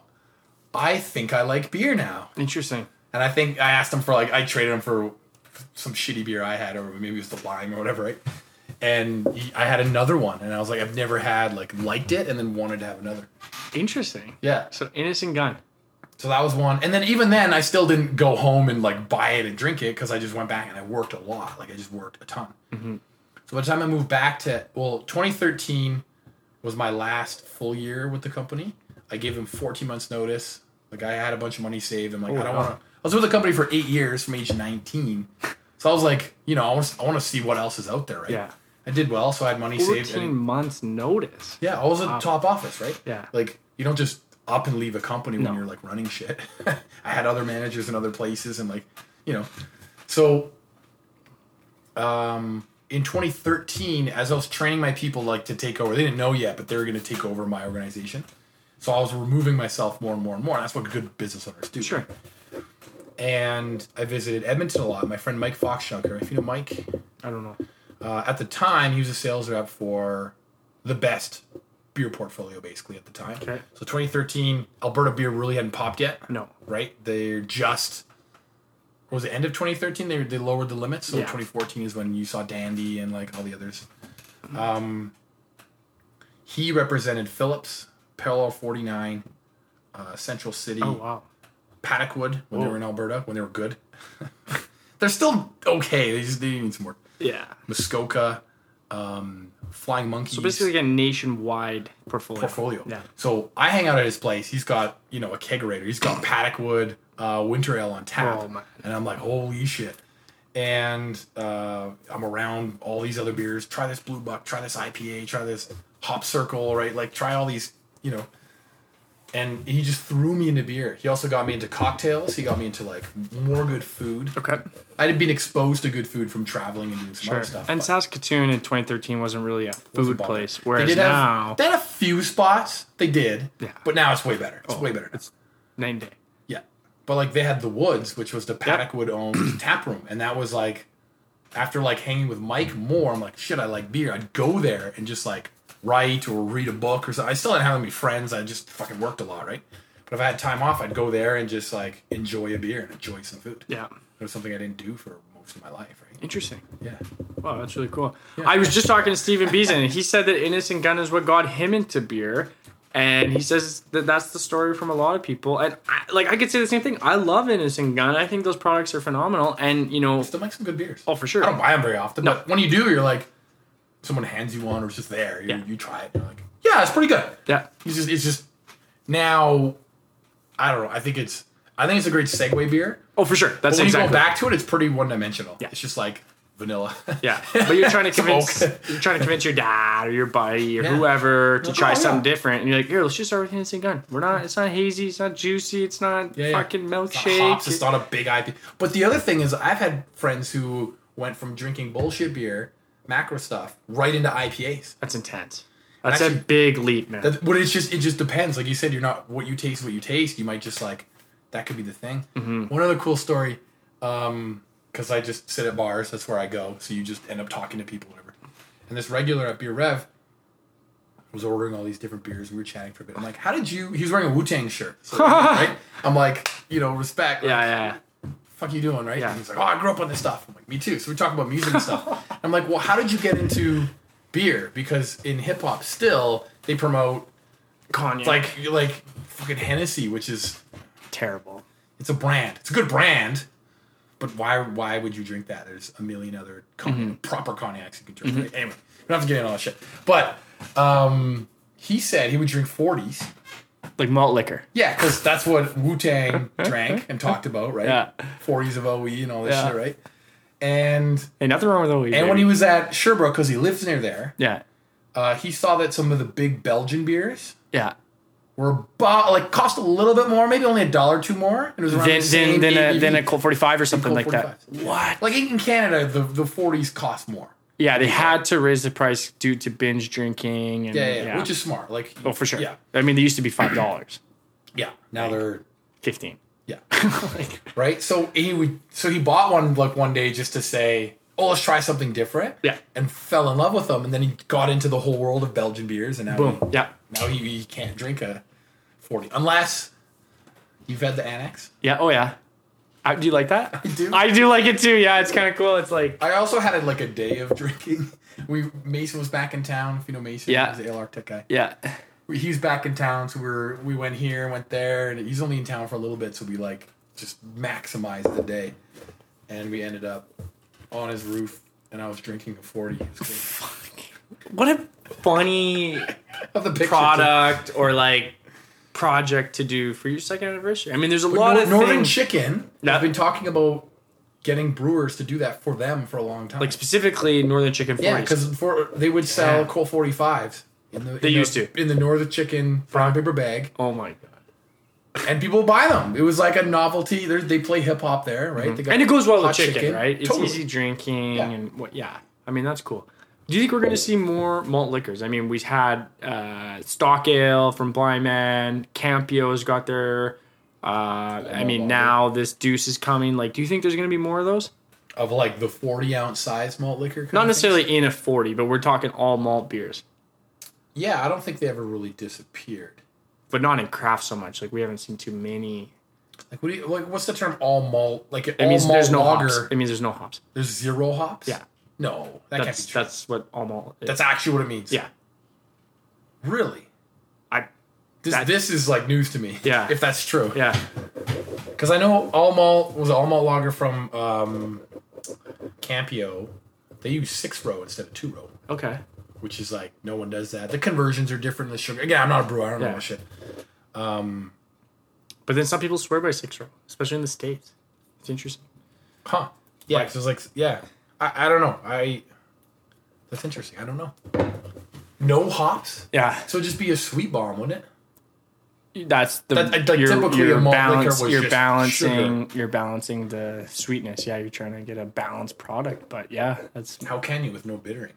[SPEAKER 2] I think I like beer now.
[SPEAKER 1] Interesting.
[SPEAKER 2] And I think I asked him for like I traded him for some shitty beer I had, or maybe it was the lime or whatever, right? And he, I had another one, and I was like, I've never had like liked it, and then wanted to have another.
[SPEAKER 1] Interesting.
[SPEAKER 2] Yeah.
[SPEAKER 1] So innocent gun.
[SPEAKER 2] So that was one, and then even then, I still didn't go home and like buy it and drink it because I just went back and I worked a lot. Like I just worked a ton.
[SPEAKER 1] Mm-hmm.
[SPEAKER 2] So by the time I moved back to well, 2013 was my last full year with the company. I gave him 14 months notice. Like I had a bunch of money saved. I'm like, I don't
[SPEAKER 1] Oh, wow.
[SPEAKER 2] want to. I was with the company for eight years from age 19. So I was like, you know, I want to, I want to see what else is out there, right?
[SPEAKER 1] Yeah.
[SPEAKER 2] I did well, so I had money saved.
[SPEAKER 1] Fourteen
[SPEAKER 2] and-
[SPEAKER 1] months notice.
[SPEAKER 2] yeah, I was a top office, right?
[SPEAKER 1] Yeah.
[SPEAKER 2] Like you don't just up and leave a company
[SPEAKER 1] No.
[SPEAKER 2] when you're like running shit. I had other managers in other places and like, you know. So um in 2013 as I was training my people like to take over, they didn't know yet, but they were going to take over my organization. So I was removing myself more and more and more. And that's what good business owners do.
[SPEAKER 1] Sure.
[SPEAKER 2] And I visited Edmonton a lot. My friend Mike Foxchunker, if you know Mike,
[SPEAKER 1] I don't know.
[SPEAKER 2] uh, at the time, he was a sales rep for the best beer portfolio, basically, at the time.
[SPEAKER 1] Okay.
[SPEAKER 2] So 2013, Alberta beer really hadn't popped yet.
[SPEAKER 1] No.
[SPEAKER 2] Right? They're just. what was it end of 2013? They, they lowered the limits. So
[SPEAKER 1] Yeah.
[SPEAKER 2] 2014 is when you saw Dandy and like all the others. Um, he represented Phillips, Parallel 49, uh, Central City,
[SPEAKER 1] Oh wow.
[SPEAKER 2] Paddockwood
[SPEAKER 1] Whoa.
[SPEAKER 2] when they were in Alberta when they were good. They're still okay. They just they need some work.
[SPEAKER 1] Yeah.
[SPEAKER 2] Muskoka, um, Flying Monkeys.
[SPEAKER 1] So basically, like a nationwide portfolio.
[SPEAKER 2] portfolio.
[SPEAKER 1] Yeah.
[SPEAKER 2] So I hang out at his place. He's got you know a kegerator. He's got paddock wood, uh, winter ale on tap,
[SPEAKER 1] Oh, man.
[SPEAKER 2] and I'm like, holy shit. And uh, I'm around all these other beers. Try this blue buck. Try this IPA. Try this hop circle. Right, like try all these. You know. And he just threw me into beer. He also got me into cocktails. He got me into like more good food.
[SPEAKER 1] Okay.
[SPEAKER 2] I had been exposed to good food from traveling and doing some
[SPEAKER 1] Sure.
[SPEAKER 2] other stuff.
[SPEAKER 1] and
[SPEAKER 2] but-
[SPEAKER 1] Saskatoon in 2013 wasn't really a
[SPEAKER 2] was a
[SPEAKER 1] food
[SPEAKER 2] bummer.
[SPEAKER 1] place,
[SPEAKER 2] They
[SPEAKER 1] whereas
[SPEAKER 2] did have-
[SPEAKER 1] now
[SPEAKER 2] they had a few spots. They did,
[SPEAKER 1] Yeah. Oh,
[SPEAKER 2] But now it's way better. It's way better. now.
[SPEAKER 1] name day.
[SPEAKER 2] yeah, but like they had the Woods, which was the Paddockwood owned tap room, and that was like after like hanging with Mike more, I'm like, shit, I like beer. I'd go there and just like write or read a book or something. I still didn't have any friends. I just fucking worked a lot, right? But if I had time off, I'd go there and just like enjoy a beer and enjoy some food.
[SPEAKER 1] Yeah.
[SPEAKER 2] it was something I didn't do for most of my life, right?
[SPEAKER 1] Interesting.
[SPEAKER 2] Yeah.
[SPEAKER 1] Wow, that's really cool. I was just talking to Stephen Beeson, and he said that Innocent Gun is what got him into beer. And he says that that's the story from a lot of people. And I, like I could say the same thing. I love Innocent Gun. I think those products are phenomenal. And you know,
[SPEAKER 2] still make some good beers.
[SPEAKER 1] oh for sure.
[SPEAKER 2] I don't buy them very often, but when you do, you're like, someone hands you one or it's just there. You,
[SPEAKER 1] Yeah.
[SPEAKER 2] you try it. And you're like, yeah, it's pretty good.
[SPEAKER 1] Yeah,
[SPEAKER 2] It's just, it's just now. I don't know. I think it's, I think it's a great segue beer.
[SPEAKER 1] oh for sure. That's
[SPEAKER 2] But when
[SPEAKER 1] exactly.
[SPEAKER 2] you go back to it, it's pretty one dimensional.
[SPEAKER 1] Yeah.
[SPEAKER 2] It's just like vanilla.
[SPEAKER 1] Yeah, but you're trying to convince
[SPEAKER 2] Smoke.
[SPEAKER 1] you're trying to convince your dad or your buddy or
[SPEAKER 2] Yeah.
[SPEAKER 1] whoever to
[SPEAKER 2] Like,
[SPEAKER 1] try
[SPEAKER 2] oh, yeah.
[SPEAKER 1] something different, and you're like, here, let's just start with Innocent Gun. We're not. It's not hazy. It's not juicy. It's not
[SPEAKER 2] Yeah, yeah.
[SPEAKER 1] fucking
[SPEAKER 2] It's
[SPEAKER 1] milkshake.
[SPEAKER 2] not hops. It's not a big IP. But the other thing is, I've had friends who went from drinking bullshit beer, macro stuff, right into IPAs.
[SPEAKER 1] That's intense. That's a
[SPEAKER 2] Actually-
[SPEAKER 1] big leap, man.
[SPEAKER 2] That, but it's just it just depends. Like you said, you're not what you taste. is What you taste, you might just like that could be the thing.
[SPEAKER 1] Mm-hmm.
[SPEAKER 2] One other cool story, um, because I just sit at bars. That's where I go. So you just end up talking to people, whatever. And this regular at Beer Rev was ordering all these different beers. We were chatting for a bit. I'm like, how did you? He was wearing a Wu Tang shirt, so, right? I'm like, you know, respect.
[SPEAKER 1] yeah,
[SPEAKER 2] like,
[SPEAKER 1] yeah, yeah.
[SPEAKER 2] fuck you doing, right?
[SPEAKER 1] Yeah.
[SPEAKER 2] And he's like, oh, I grew up on this stuff. I'm like, me too. So we talk about music and stuff. I'm like, well, how did you get into beer? Because in hip hop, still they promote
[SPEAKER 1] Kanye.
[SPEAKER 2] like like fucking Hennessy, which is
[SPEAKER 1] terrible.
[SPEAKER 2] it's a brand. It's a good brand, but why why would you drink that? There's a million other con-
[SPEAKER 1] Mm-hmm.
[SPEAKER 2] proper cognacs you can drink. right? Anyway, we don't have to get into all that shit. But um, he said he would drink 40s.
[SPEAKER 1] Like malt liquor.
[SPEAKER 2] Yeah, because that's what Wu Tang drank and talked about, right?
[SPEAKER 1] Yeah.
[SPEAKER 2] 40s of OE and all this
[SPEAKER 1] Yeah.
[SPEAKER 2] shit, right? And
[SPEAKER 1] Ain't nothing wrong with OE.
[SPEAKER 2] and when he was at Sherbrooke, because he lives near there,
[SPEAKER 1] yeah,
[SPEAKER 2] uh, he saw that some of the big Belgian beers
[SPEAKER 1] yeah.
[SPEAKER 2] were about like cost a little bit more, maybe only a dollar or two more. And it was around
[SPEAKER 1] Then
[SPEAKER 2] the
[SPEAKER 1] then
[SPEAKER 2] same
[SPEAKER 1] then a,
[SPEAKER 2] ABV.
[SPEAKER 1] then a Colt 45 or something like
[SPEAKER 2] Colt
[SPEAKER 1] that.
[SPEAKER 2] 45.
[SPEAKER 1] What?
[SPEAKER 2] like in Canada, the the forties cost more.
[SPEAKER 1] Yeah, they had to raise the price due to binge drinking. And,
[SPEAKER 2] Yeah, yeah, which is smart. Like
[SPEAKER 1] oh for sure.
[SPEAKER 2] Yeah,
[SPEAKER 1] I mean, they used to be five dollars,
[SPEAKER 2] yeah. Now they're
[SPEAKER 1] fifteen.
[SPEAKER 2] yeah,
[SPEAKER 1] like,
[SPEAKER 2] right. So he would so he bought one like one day just to say, oh, let's try something different.
[SPEAKER 1] Yeah.
[SPEAKER 2] and fell in love with them, and then he got into the whole world of Belgian beers, and now
[SPEAKER 1] boom.
[SPEAKER 2] he,
[SPEAKER 1] Yeah,
[SPEAKER 2] now he, he can't drink a forty unless you've had the annex.
[SPEAKER 1] yeah. Oh yeah. Uh, do you like that? I
[SPEAKER 2] do.
[SPEAKER 1] I do like it too. Yeah, it's kind of cool. It's like
[SPEAKER 2] I also had like a day of drinking. We Mason was back in town. If you know Mason,
[SPEAKER 1] Yeah.
[SPEAKER 2] he's the ale architect guy.
[SPEAKER 1] yeah,
[SPEAKER 2] he's back in town, so we were we went here, went there, and he's only in town for a little bit, so we like just maximized the day, and we ended up on his roof, and I was drinking a forty. It was great.
[SPEAKER 1] what a funny
[SPEAKER 2] Of the picture, too.
[SPEAKER 1] product or like project to do for your second anniversary. I mean, there's a lot
[SPEAKER 2] Nor-
[SPEAKER 1] of
[SPEAKER 2] Northern
[SPEAKER 1] things.
[SPEAKER 2] Chicken.
[SPEAKER 1] Yeah.
[SPEAKER 2] I've been talking about getting brewers to do that for them for a long time.
[SPEAKER 1] like specifically Northern Chicken 40s.
[SPEAKER 2] yeah, because for they would sell
[SPEAKER 1] Yeah.
[SPEAKER 2] Cole forty fives. In the, they
[SPEAKER 1] used to.
[SPEAKER 2] in the Northern Chicken brown paper bag.
[SPEAKER 1] oh my god.
[SPEAKER 2] and people would buy them. It was like a novelty. They're, they play hip hop there, right? They got
[SPEAKER 1] Mm-hmm. And it goes well with
[SPEAKER 2] hot
[SPEAKER 1] chicken, right? It's
[SPEAKER 2] Totally.
[SPEAKER 1] easy drinking
[SPEAKER 2] Yeah.
[SPEAKER 1] and what yeah. I mean, that's cool. Do you think we're going to see more malt liquors? I mean, we've had uh, Stock Ale from Blind Man, Campio's got their uh, I mean,
[SPEAKER 2] Malt
[SPEAKER 1] now this Deuce is coming. Like, do you think there's going to be more of those?
[SPEAKER 2] Of like the forty ounce size malt liquor. kind
[SPEAKER 1] Not
[SPEAKER 2] of
[SPEAKER 1] necessarily in a 40, but we're talking all malt beers,
[SPEAKER 2] thing? Yeah, I don't think they ever really disappeared.
[SPEAKER 1] but not in craft so much. Like, we haven't seen too many.
[SPEAKER 2] Like what? Do you, like what's the term? All malt? Like
[SPEAKER 1] It
[SPEAKER 2] all
[SPEAKER 1] means
[SPEAKER 2] malt
[SPEAKER 1] there's no
[SPEAKER 2] lager?
[SPEAKER 1] hops. It means there's no hops.
[SPEAKER 2] There's zero hops.
[SPEAKER 1] Yeah.
[SPEAKER 2] No, that can't
[SPEAKER 1] That's
[SPEAKER 2] be true.
[SPEAKER 1] that's what all malt. Is.
[SPEAKER 2] That's, actually what it means.
[SPEAKER 1] yeah.
[SPEAKER 2] Really.
[SPEAKER 1] I
[SPEAKER 2] This,
[SPEAKER 1] That-
[SPEAKER 2] this is like news to me.
[SPEAKER 1] Yeah.
[SPEAKER 2] If that's true.
[SPEAKER 1] yeah.
[SPEAKER 2] Because I know all malt was all malt lager from um, Campio They use six row instead of two row,
[SPEAKER 1] Okay.
[SPEAKER 2] which is like no one does that. The conversions are different. in The sugar. Again, I'm not a brewer. I don't know
[SPEAKER 1] Yeah.
[SPEAKER 2] that shit.
[SPEAKER 1] But then some people swear by six row, especially in the states. It's interesting.
[SPEAKER 2] Huh? Yeah. Like, so it's like yeah. I, I don't know. I. That's interesting. I don't know. No hops.
[SPEAKER 1] Yeah,
[SPEAKER 2] So it'd just be a sweet bomb, wouldn't it?
[SPEAKER 1] that's the
[SPEAKER 2] That- like, typically
[SPEAKER 1] you're,
[SPEAKER 2] a malt liquor
[SPEAKER 1] balance,
[SPEAKER 2] was
[SPEAKER 1] you're
[SPEAKER 2] just
[SPEAKER 1] balancing you're balancing the sweetness. Yeah, you're trying to get a balanced product, but yeah, that's
[SPEAKER 2] How can you with no bittering?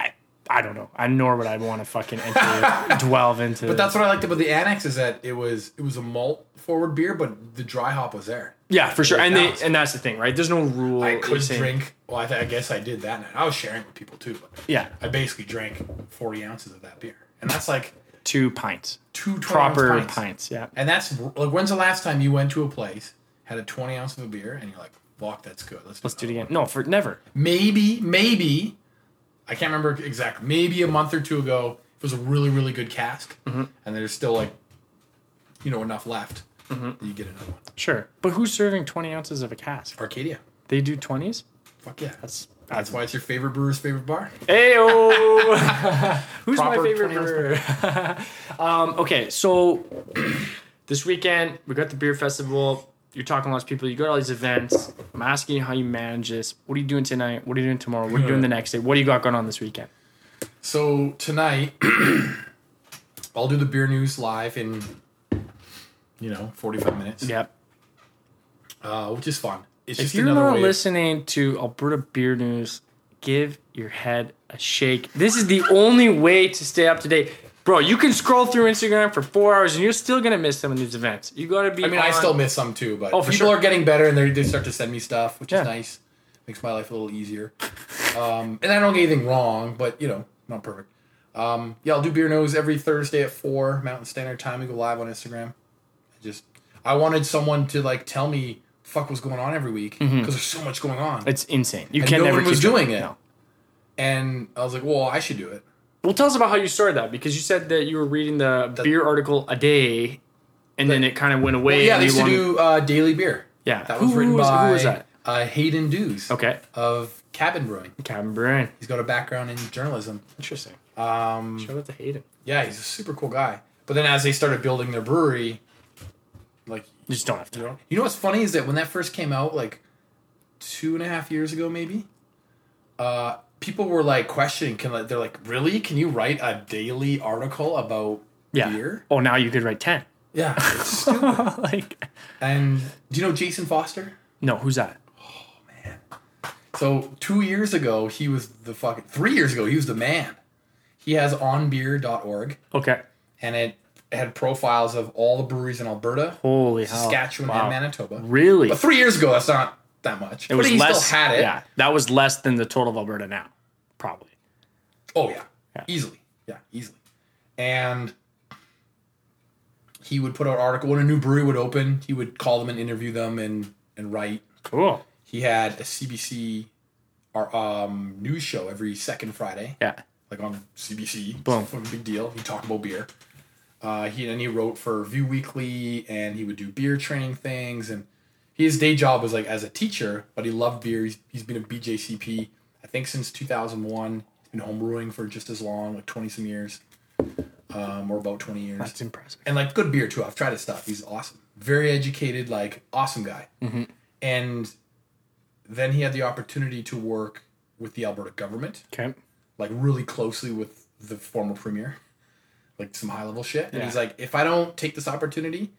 [SPEAKER 1] I, I don't know. I nor would I want to fucking enter, delve into.
[SPEAKER 2] But that's what I liked about the annex is that it was it was a malt forward beer, but the dry hop was there.
[SPEAKER 1] yeah, for sure. And they,
[SPEAKER 2] balanced.
[SPEAKER 1] and that's the thing, right? There's no rule.
[SPEAKER 2] I could
[SPEAKER 1] saying-
[SPEAKER 2] drink. Well, I, th- I guess I did that night. I was sharing with people too, but
[SPEAKER 1] Yeah,
[SPEAKER 2] I basically drank forty ounces of that beer, and that's like
[SPEAKER 1] two pints,
[SPEAKER 2] two 20
[SPEAKER 1] proper
[SPEAKER 2] ounce
[SPEAKER 1] pints.
[SPEAKER 2] pints.
[SPEAKER 1] Yeah,
[SPEAKER 2] And that's like when's the last time you went to a place had a twenty ounce of a beer and you're like, "Fuck, that's good. Let's
[SPEAKER 1] let's do it
[SPEAKER 2] another
[SPEAKER 1] again. No, for never.
[SPEAKER 2] one." Maybe, maybe I can't remember exactly. Maybe a month or two ago, it was a really really good cask,
[SPEAKER 1] Mm-hmm.
[SPEAKER 2] and there's still like, you know, enough left.
[SPEAKER 1] Mm-hmm.
[SPEAKER 2] that You get another one.
[SPEAKER 1] Sure, but who's serving 20 ounces of a cask?
[SPEAKER 2] Arcadia.
[SPEAKER 1] They do 20s.
[SPEAKER 2] Fuck yeah.
[SPEAKER 1] That's
[SPEAKER 2] That's why it's your favorite brewer's favorite bar.
[SPEAKER 1] Ayo! Who's
[SPEAKER 2] Proper
[SPEAKER 1] my favorite
[SPEAKER 2] 20
[SPEAKER 1] brewer? um, okay, so this weekend we got the beer festival. You're talking to lots of people. You go to all these events. I'm asking you how you manage this. What are you doing tonight? What are you doing tomorrow? What are you doing the next day? What do you got going on this weekend?
[SPEAKER 2] So tonight, I'll do the beer news live in, you know, 45 minutes,
[SPEAKER 1] Yep.
[SPEAKER 2] uh, which is fun. It's
[SPEAKER 1] If
[SPEAKER 2] just
[SPEAKER 1] you're
[SPEAKER 2] another
[SPEAKER 1] not
[SPEAKER 2] way. of-
[SPEAKER 1] listening to Alberta Beer News, give your head a shake. This is the only way to stay up to date. Bro, you can scroll through Instagram for four hours and you're still gonna miss some of these events. You gotta be
[SPEAKER 2] I mean, I
[SPEAKER 1] on-
[SPEAKER 2] still miss some too, but
[SPEAKER 1] Oh, for
[SPEAKER 2] people
[SPEAKER 1] sure.
[SPEAKER 2] are getting better and they they start to send me stuff, which
[SPEAKER 1] Yeah.
[SPEAKER 2] is nice. Makes my life a little easier. Um, and I don't get anything wrong, but you know, I'm not perfect. Um, yeah, I'll do beer nose every Thursday at four Mountain Standard Time. We go live on Instagram. I just I wanted someone to like tell me fuck what's going on every week because
[SPEAKER 1] Mm-hmm.
[SPEAKER 2] there's so much going on.
[SPEAKER 1] It's insane. You
[SPEAKER 2] And
[SPEAKER 1] can
[SPEAKER 2] no
[SPEAKER 1] never
[SPEAKER 2] one was
[SPEAKER 1] keep track.
[SPEAKER 2] doing it.
[SPEAKER 1] No.
[SPEAKER 2] And I was like, well, I should do it.
[SPEAKER 1] Well, tell us about how you started that because you said that you were reading the, beer article a day, and then it kind of went away.
[SPEAKER 2] yeah,
[SPEAKER 1] and
[SPEAKER 2] they
[SPEAKER 1] you
[SPEAKER 2] used to
[SPEAKER 1] wanted-
[SPEAKER 2] do uh, Daily Beer.
[SPEAKER 1] Yeah.
[SPEAKER 2] that
[SPEAKER 1] Who-
[SPEAKER 2] was written
[SPEAKER 1] who was- who
[SPEAKER 2] by
[SPEAKER 1] was that?
[SPEAKER 2] Uh, Hayden Dews.
[SPEAKER 1] Okay,
[SPEAKER 2] Of cabin brewing,
[SPEAKER 1] Cabin Brewing.
[SPEAKER 2] he's got a background in journalism.
[SPEAKER 1] Interesting.
[SPEAKER 2] Um,
[SPEAKER 1] Shout out to Hayden.
[SPEAKER 2] yeah, he's a super cool guy. But then as they started building their brewery, like
[SPEAKER 1] You just don't have to.
[SPEAKER 2] you know, you know what's funny is that when that first came out, like two and a half years ago, maybe, uh, people were like questioning. Can like, they're like, really? Can you write a daily article about
[SPEAKER 1] Yeah.
[SPEAKER 2] beer?
[SPEAKER 1] Oh, now you could write ten.
[SPEAKER 2] Yeah, it's stupid.
[SPEAKER 1] like,
[SPEAKER 2] and do you know Jason Foster?
[SPEAKER 1] no, who's that?
[SPEAKER 2] So two years ago, he was the fucking three years ago, he was the man. He has onbeer.org
[SPEAKER 1] Okay.
[SPEAKER 2] and it had profiles of all the breweries in Alberta,
[SPEAKER 1] Holy hell.
[SPEAKER 2] Saskatchewan,
[SPEAKER 1] Oh, Wow.
[SPEAKER 2] and Manitoba.
[SPEAKER 1] Really?
[SPEAKER 2] But three years ago, that's not that much.
[SPEAKER 1] It was
[SPEAKER 2] but he
[SPEAKER 1] less.
[SPEAKER 2] still had it.
[SPEAKER 1] Yeah, that was less than the total of Alberta now, probably.
[SPEAKER 2] Oh yeah.
[SPEAKER 1] Yeah.
[SPEAKER 2] easily. Yeah, easily. And he would put out article when a new brewery would open. He would call them and interview them and and write.
[SPEAKER 1] Cool.
[SPEAKER 2] He had a CBC, our um, news show every second Friday.
[SPEAKER 1] Yeah.
[SPEAKER 2] like on CBC.
[SPEAKER 1] Boom.
[SPEAKER 2] It's a fucking big deal. He talked about beer. Uh, he and he wrote for View Weekly, and he would do beer training things. And his day job was like as a teacher, but he loved beer. He's, he's been a BJCP, I think, since two thousand one. Been homebrewing for just as long, like twenty some years, um, or about twenty years
[SPEAKER 1] That's impressive.
[SPEAKER 2] and like good beer too. I've tried his stuff. He's awesome, very educated, like awesome guy.
[SPEAKER 1] Mm-hmm.
[SPEAKER 2] And then he had the opportunity to work with the Alberta government,
[SPEAKER 1] Okay.
[SPEAKER 2] like really closely with the former premier, like some high level shit. And
[SPEAKER 1] Yeah.
[SPEAKER 2] he's like, if I don't take this opportunity,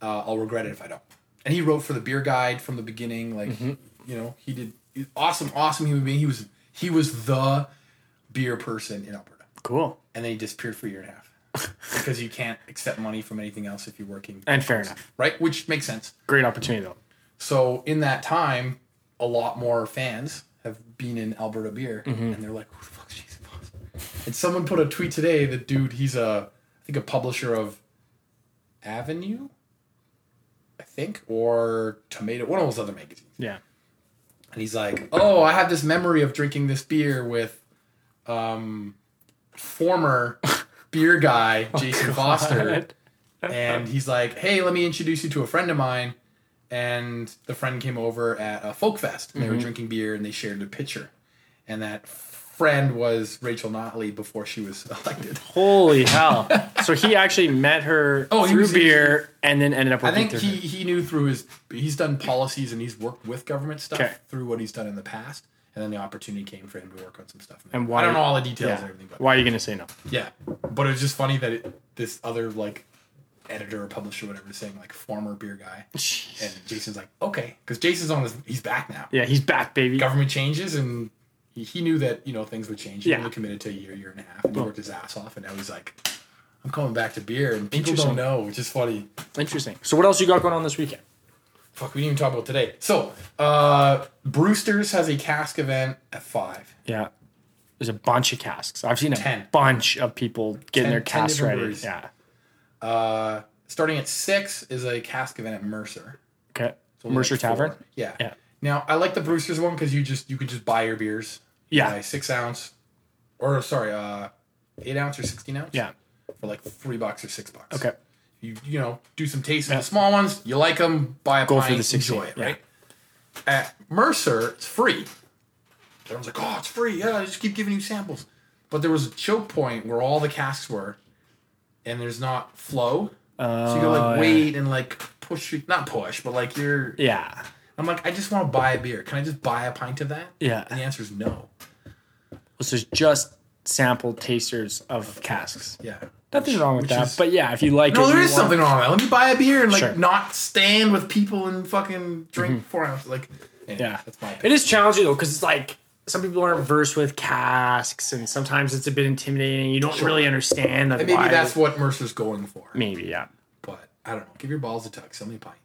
[SPEAKER 2] uh, I'll regret it if I don't. And he wrote for the beer guide from the beginning. Like, you know, he did he's awesome, awesome human being. He was he was the beer person in Alberta
[SPEAKER 1] Cool.
[SPEAKER 2] and then he disappeared for a year and a half because you can't accept money from anything else if you're working
[SPEAKER 1] And fair enough.
[SPEAKER 2] right which makes sense
[SPEAKER 1] Great opportunity though.
[SPEAKER 2] so in that time a lot more fans have been in alberta beer and they're like who the fuck's jason Foster? and someone put a tweet today that dude he's a i think a publisher of avenue i think or tomato one of those other magazines
[SPEAKER 1] Yeah.
[SPEAKER 2] and he's like, "Oh, I have this memory of drinking this beer with um, former beer guy Jason Foster."
[SPEAKER 1] God.
[SPEAKER 2] And he's like, "Hey, let me introduce you to a friend of mine." And the friend came over at a folk fest, and they were drinking beer, and they shared a picture. and that friend was Rachel Notley before she was elected.
[SPEAKER 1] Holy hell! so he actually met her
[SPEAKER 2] Oh, he
[SPEAKER 1] through
[SPEAKER 2] was-
[SPEAKER 1] beer and then ended up
[SPEAKER 2] I
[SPEAKER 1] working
[SPEAKER 2] think
[SPEAKER 1] through
[SPEAKER 2] he,
[SPEAKER 1] her.
[SPEAKER 2] he knew through his he's done policies and he's worked with government stuff
[SPEAKER 1] 'Kay.
[SPEAKER 2] through what he's done in the past, and then the opportunity came for him to work on some stuff.
[SPEAKER 1] And why-
[SPEAKER 2] I don't know all the details
[SPEAKER 1] Yeah.
[SPEAKER 2] and everything, but
[SPEAKER 1] Why are you gonna say no?
[SPEAKER 2] yeah, but it was just funny that it, this other like editor or publisher or whatever is saying like former beer guy, and Jason's like okay because Jason's on his he's back now.
[SPEAKER 1] Yeah, he's back, baby.
[SPEAKER 2] Government changes and. He he knew that you know things would change. He
[SPEAKER 1] Yeah.
[SPEAKER 2] only committed to a year, year and a half, and he worked his ass off. And now he's like, "I'm coming back to beer," and people
[SPEAKER 1] Interesting.
[SPEAKER 2] don't know, which is funny.
[SPEAKER 1] Interesting. So what else you got going on this weekend?
[SPEAKER 2] Fuck, we didn't even talk about today. So, uh, Brewster's has a cask event at five.
[SPEAKER 1] Yeah. There's a bunch of casks. I've seen a
[SPEAKER 2] Ten.
[SPEAKER 1] bunch of people getting
[SPEAKER 2] Ten-
[SPEAKER 1] their
[SPEAKER 2] ten
[SPEAKER 1] casks
[SPEAKER 2] different
[SPEAKER 1] ready.
[SPEAKER 2] breweries.
[SPEAKER 1] Yeah.
[SPEAKER 2] Uh, starting at six is a cask event at Mercer.
[SPEAKER 1] Okay.
[SPEAKER 2] So
[SPEAKER 1] Mercer
[SPEAKER 2] like four.
[SPEAKER 1] Tavern.
[SPEAKER 2] Yeah.
[SPEAKER 1] Yeah.
[SPEAKER 2] Now I like the Brewster's one because you just you could just buy your beers.
[SPEAKER 1] Yeah.
[SPEAKER 2] Buy six ounce, or sorry, uh, eight ounce or sixteen ounce.
[SPEAKER 1] Yeah.
[SPEAKER 2] For like three bucks or six bucks.
[SPEAKER 1] Okay.
[SPEAKER 2] you you know do some tasting
[SPEAKER 1] Yeah.
[SPEAKER 2] of the small ones. You like them, buy a
[SPEAKER 1] Go
[SPEAKER 2] pint,
[SPEAKER 1] through the 16,
[SPEAKER 2] enjoy it,
[SPEAKER 1] yeah.
[SPEAKER 2] right? At Mercer, it's free. Everyone's like, oh, it's free. Yeah, they just keep giving you samples. But there was a choke point where all the casks were, and there's not flow. so you go
[SPEAKER 1] Oh, yeah.
[SPEAKER 2] like wait and like push, your- not push, but like you're.
[SPEAKER 1] Yeah.
[SPEAKER 2] I'm like, I just want to buy a beer. Can I just buy a pint of that?
[SPEAKER 1] Yeah.
[SPEAKER 2] And the answer is no.
[SPEAKER 1] This is just sample tasters of casks.
[SPEAKER 2] Yeah.
[SPEAKER 1] Nothing wrong with
[SPEAKER 2] Which
[SPEAKER 1] that.
[SPEAKER 2] is-
[SPEAKER 1] but yeah, if you like
[SPEAKER 2] No,
[SPEAKER 1] it,
[SPEAKER 2] there
[SPEAKER 1] you
[SPEAKER 2] is
[SPEAKER 1] want-
[SPEAKER 2] something wrong with that. Let me buy a beer and like
[SPEAKER 1] Sure.
[SPEAKER 2] not stand with people and fucking drink four ounces. Like, anyway,
[SPEAKER 1] Yeah.
[SPEAKER 2] that's my opinion.
[SPEAKER 1] It is challenging though, because it's like some people aren't versed with casks, and sometimes it's a bit intimidating. You don't really understand that.
[SPEAKER 2] And maybe
[SPEAKER 1] why-
[SPEAKER 2] that's what Mercer's going for.
[SPEAKER 1] maybe yeah.
[SPEAKER 2] But I don't know. Give your balls a tug. Sell me a pint.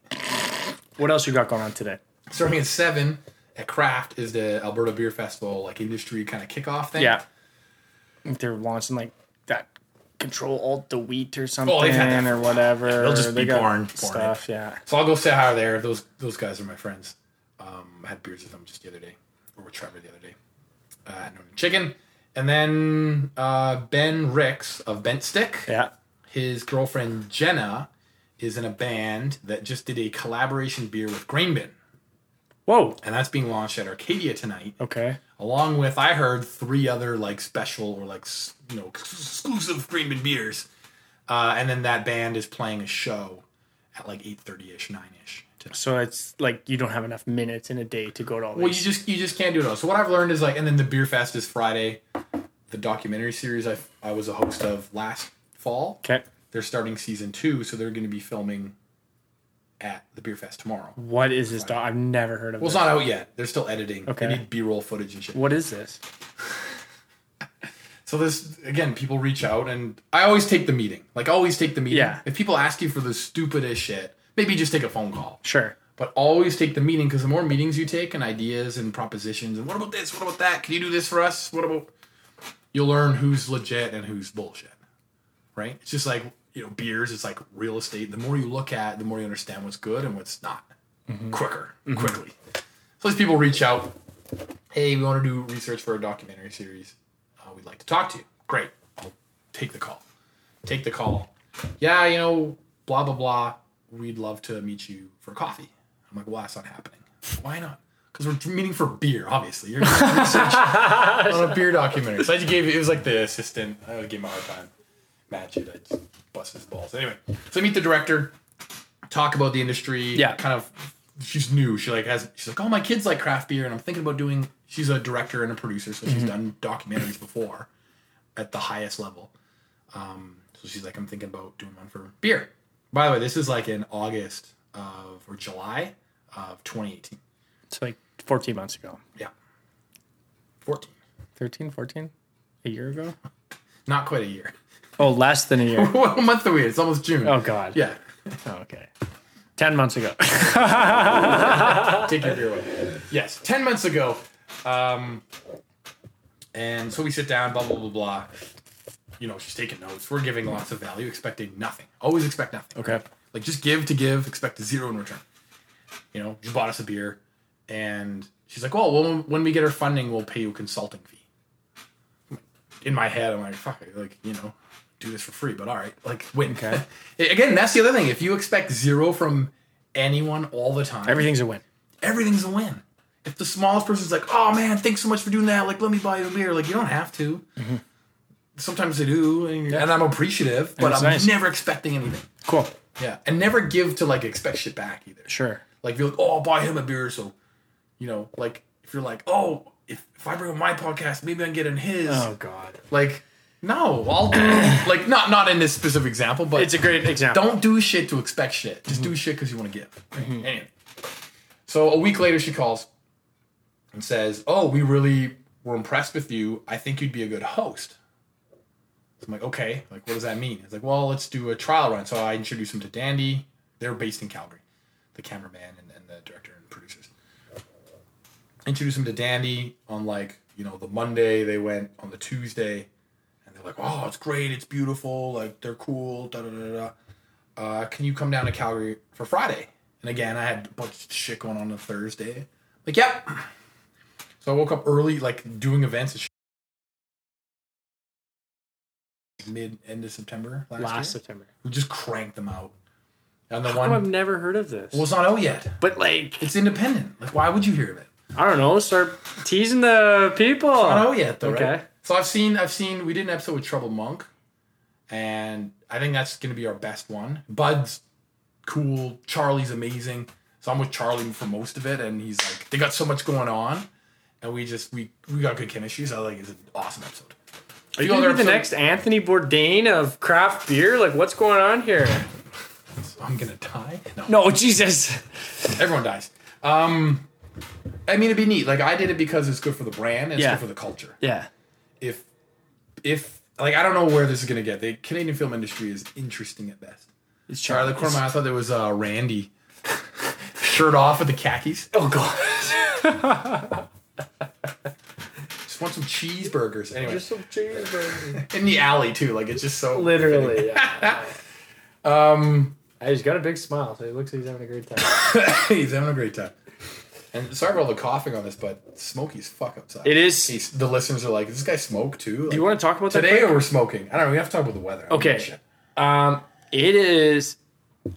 [SPEAKER 1] What else you got going on today?
[SPEAKER 2] Starting at seven at Craft is the Alberta Beer Festival, like industry kind of kickoff thing.
[SPEAKER 1] Yeah, I think they're launching like that control alt delete or something
[SPEAKER 2] Oh, they've had that
[SPEAKER 1] or whatever.
[SPEAKER 2] they'll just
[SPEAKER 1] They
[SPEAKER 2] be
[SPEAKER 1] got
[SPEAKER 2] born- born
[SPEAKER 1] stuff. Yeah,
[SPEAKER 2] So I'll go say hi there. Those those guys are my friends. Um, I had beers with them just the other day, or with Trevor the other day. Uh, and chicken, and then uh, Ben Ricks of Bent Stick.
[SPEAKER 1] yeah.
[SPEAKER 2] his girlfriend Jenna is in a band that just did a collaboration beer with Grain Bin,
[SPEAKER 1] Whoa.
[SPEAKER 2] and that's being launched at Arcadia tonight,
[SPEAKER 1] Okay.
[SPEAKER 2] along with I heard three other like special or like s- you know ex- exclusive Grain Bin beers, uh, and then that band is playing a show at like eight thirty ish, nine ish.
[SPEAKER 1] So it's like you don't have enough minutes in a day to go to all these.
[SPEAKER 2] Well, you just you just can't do it all. So what I've learned is like, and then the beer fest is Friday. The documentary series I I was a host of last fall.
[SPEAKER 1] okay.
[SPEAKER 2] they're starting season two, so they're going to be filming at the beer fest tomorrow. Well,
[SPEAKER 1] What is this? Dog? I've never heard of
[SPEAKER 2] it's
[SPEAKER 1] this.
[SPEAKER 2] not out yet. They're still editing.
[SPEAKER 1] Okay.
[SPEAKER 2] They need B-roll footage and shit.
[SPEAKER 1] What is this?
[SPEAKER 2] So this again, people reach out, and I always take the meeting. Like always take the meeting.
[SPEAKER 1] Yeah.
[SPEAKER 2] If people ask you for the stupidest shit, maybe just take a phone call.
[SPEAKER 1] Sure.
[SPEAKER 2] But always take the meeting because the more meetings you take and ideas and propositions and what about this? What about that? Can you do this for us? What about? You'll learn who's legit and who's bullshit. Right? It's just like you know beers. It's like real estate. The more you look at, the more you understand what's good and what's not. Quicker, quickly. So these people reach out. Hey, we want to do research for a documentary series. Uh, we'd like to talk to you. Great. I'll take the call. Take the call. Yeah, you know, blah blah blah. We'd love to meet you for coffee. I'm like, well, that's not happening. Why not? Because we're meeting for beer, obviously. You're doing research on a beer documentary. So I just gave it was like the assistant. I would give him a hard time. Match it. I just bust his balls. Anyway, so I meet the director. Talk about the industry.
[SPEAKER 1] Yeah.
[SPEAKER 2] Kind of. She's new. She like has. She's like, oh, my kids like craft beer, and I'm thinking about doing. She's a director and a producer, so she's done documentaries before, at the highest level. Um, So she's like, I'm thinking about doing one for beer. By the way, this is like in August of or July of 2018.
[SPEAKER 1] It's like 14 months ago.
[SPEAKER 2] Yeah, 14.
[SPEAKER 1] 13, 14? A year ago?
[SPEAKER 2] Not quite a year.
[SPEAKER 1] Oh, less than a year.
[SPEAKER 2] what month are we? in? It's almost June.
[SPEAKER 1] Oh, God.
[SPEAKER 2] Yeah,
[SPEAKER 1] Oh, okay. 10 months ago.
[SPEAKER 2] take your beer away. Yes, 10 months ago. Um, and so we sit down, blah blah blah blah. You know, she's taking notes. We're giving lots of value, expecting nothing. Always expect nothing.
[SPEAKER 1] okay.
[SPEAKER 2] Like just give to give, expect zero in return. You know, you bought us a beer, and she's like, "Oh, "Well, when, when we get our funding, we'll pay you a consulting fee." In my head, I'm like, "Fuck," it," like you know, do this for free, but all right, like win.
[SPEAKER 1] Okay.
[SPEAKER 2] Again, that's the other thing. If you expect zero from anyone all the time,
[SPEAKER 1] Everything's a win.
[SPEAKER 2] everything's a win. if the smallest person's like, "Oh man, thanks so much for doing that. Like, let me buy you a beer." Like, you don't have to.
[SPEAKER 1] Mm-hmm.
[SPEAKER 2] Sometimes they do, and, you're- and I'm appreciative, but
[SPEAKER 1] it's
[SPEAKER 2] I'm
[SPEAKER 1] nice.
[SPEAKER 2] never expecting anything.
[SPEAKER 1] Cool.
[SPEAKER 2] Yeah, and never give to like expect shit back either.
[SPEAKER 1] Sure.
[SPEAKER 2] Like, you're like, "Oh, I'll buy him a beer," so you know, like if you're like, "Oh, if if I bring up my podcast, maybe I can get in his."
[SPEAKER 1] Oh God.
[SPEAKER 2] Like, no, I'll do like not not in this specific example, but
[SPEAKER 1] It's a great example.
[SPEAKER 2] don't do shit to expect shit. Just do shit because you want to give. Anyway. So a week later, she calls and says, "Oh, we really were impressed with you. I think you'd be a good host." So I'm like, "Okay, like what does that mean?" It's like, "Well, let's do a trial run." So I introduced him to Dandy. They're based in Calgary, the cameraman and, and the director and producers. Introduced him to Dandy on like you know the Monday. They went on the Tuesday, and they're like, "Oh, it's great. It's beautiful. Like they're cool." Da da da da uh, can you come down to Calgary for Friday? And again, I had a bunch of shit going on on Thursday. Like, yep. So I woke up early, like doing events and shit. Mid end of September last,
[SPEAKER 1] Last
[SPEAKER 2] year.
[SPEAKER 1] September.
[SPEAKER 2] We just cranked them out. And the
[SPEAKER 1] Oh, I've
[SPEAKER 2] one
[SPEAKER 1] never heard of this.
[SPEAKER 2] well, it's not out yet.
[SPEAKER 1] but like,
[SPEAKER 2] It's independent. Like, why would you hear of it?
[SPEAKER 1] I don't know. Start teasing the people.
[SPEAKER 2] not out yet Oh, though.
[SPEAKER 1] Oh, Okay.
[SPEAKER 2] Right? So I've seen I've seen we did an episode with Trouble Monk, and I think that's gonna be our best one. Bud's cool, Charlie's amazing. So I'm with Charlie for most of it, and he's like, they got so much going on, and we just we we got good chemistry. So like, it's an awesome episode.
[SPEAKER 1] Are you
[SPEAKER 2] go
[SPEAKER 1] gonna
[SPEAKER 2] there
[SPEAKER 1] be the
[SPEAKER 2] for-
[SPEAKER 1] next Anthony Bourdain of craft beer? Like, what's going on here?
[SPEAKER 2] I'm gonna die. No,
[SPEAKER 1] No, Jesus.
[SPEAKER 2] everyone dies. Um, I mean, it'd be neat. Like I did it because it's good for the brand and
[SPEAKER 1] Yeah.
[SPEAKER 2] it's good for the culture.
[SPEAKER 1] Yeah.
[SPEAKER 2] if if like I don't know where this is gonna get. The Canadian film industry is interesting at best.
[SPEAKER 1] It's
[SPEAKER 2] Charlie Corman, I thought there was uh, Randy shirt off with the khakis.
[SPEAKER 1] Oh God.
[SPEAKER 2] Just want some cheeseburgers. Anyway,
[SPEAKER 1] Just some cheeseburger.
[SPEAKER 2] in the alley too. Like it's just so
[SPEAKER 1] Literally. Yeah.
[SPEAKER 2] Um,
[SPEAKER 1] Hey, He's got a big smile, so he looks like he's having a great time.
[SPEAKER 2] he's having a great time. And sorry for all the coughing on this, but smoky as fuck outside.
[SPEAKER 1] It is-
[SPEAKER 2] He's, the listeners are like, "Does this guy smoke too?" Like,
[SPEAKER 1] Do you want to talk about that
[SPEAKER 2] today
[SPEAKER 1] quick?
[SPEAKER 2] or we're smoking? I don't know. We have to talk about the weather. I don't
[SPEAKER 1] Okay.
[SPEAKER 2] give a shit.
[SPEAKER 1] Um, it is.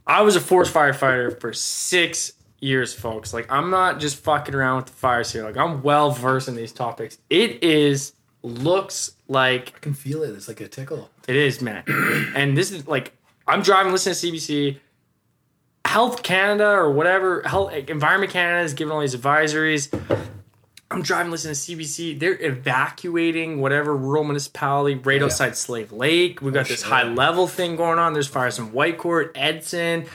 [SPEAKER 1] I was a forest firefighter for six years, folks. Like, I'm not just fucking around with the fires here. Like, I'm well versed in these topics. It is looks like
[SPEAKER 2] I can feel it. It's like a tickle.
[SPEAKER 1] it is, man. and this is like I'm driving, listening to CBC. Health Canada or whatever, Health Environment Canada is giving all these advisories. I'm driving, listening to CBC. They're evacuating whatever rural municipality right outside Slave Lake. We've got this
[SPEAKER 2] shit.
[SPEAKER 1] high level thing going on. There's fires in Whitecourt, Edson.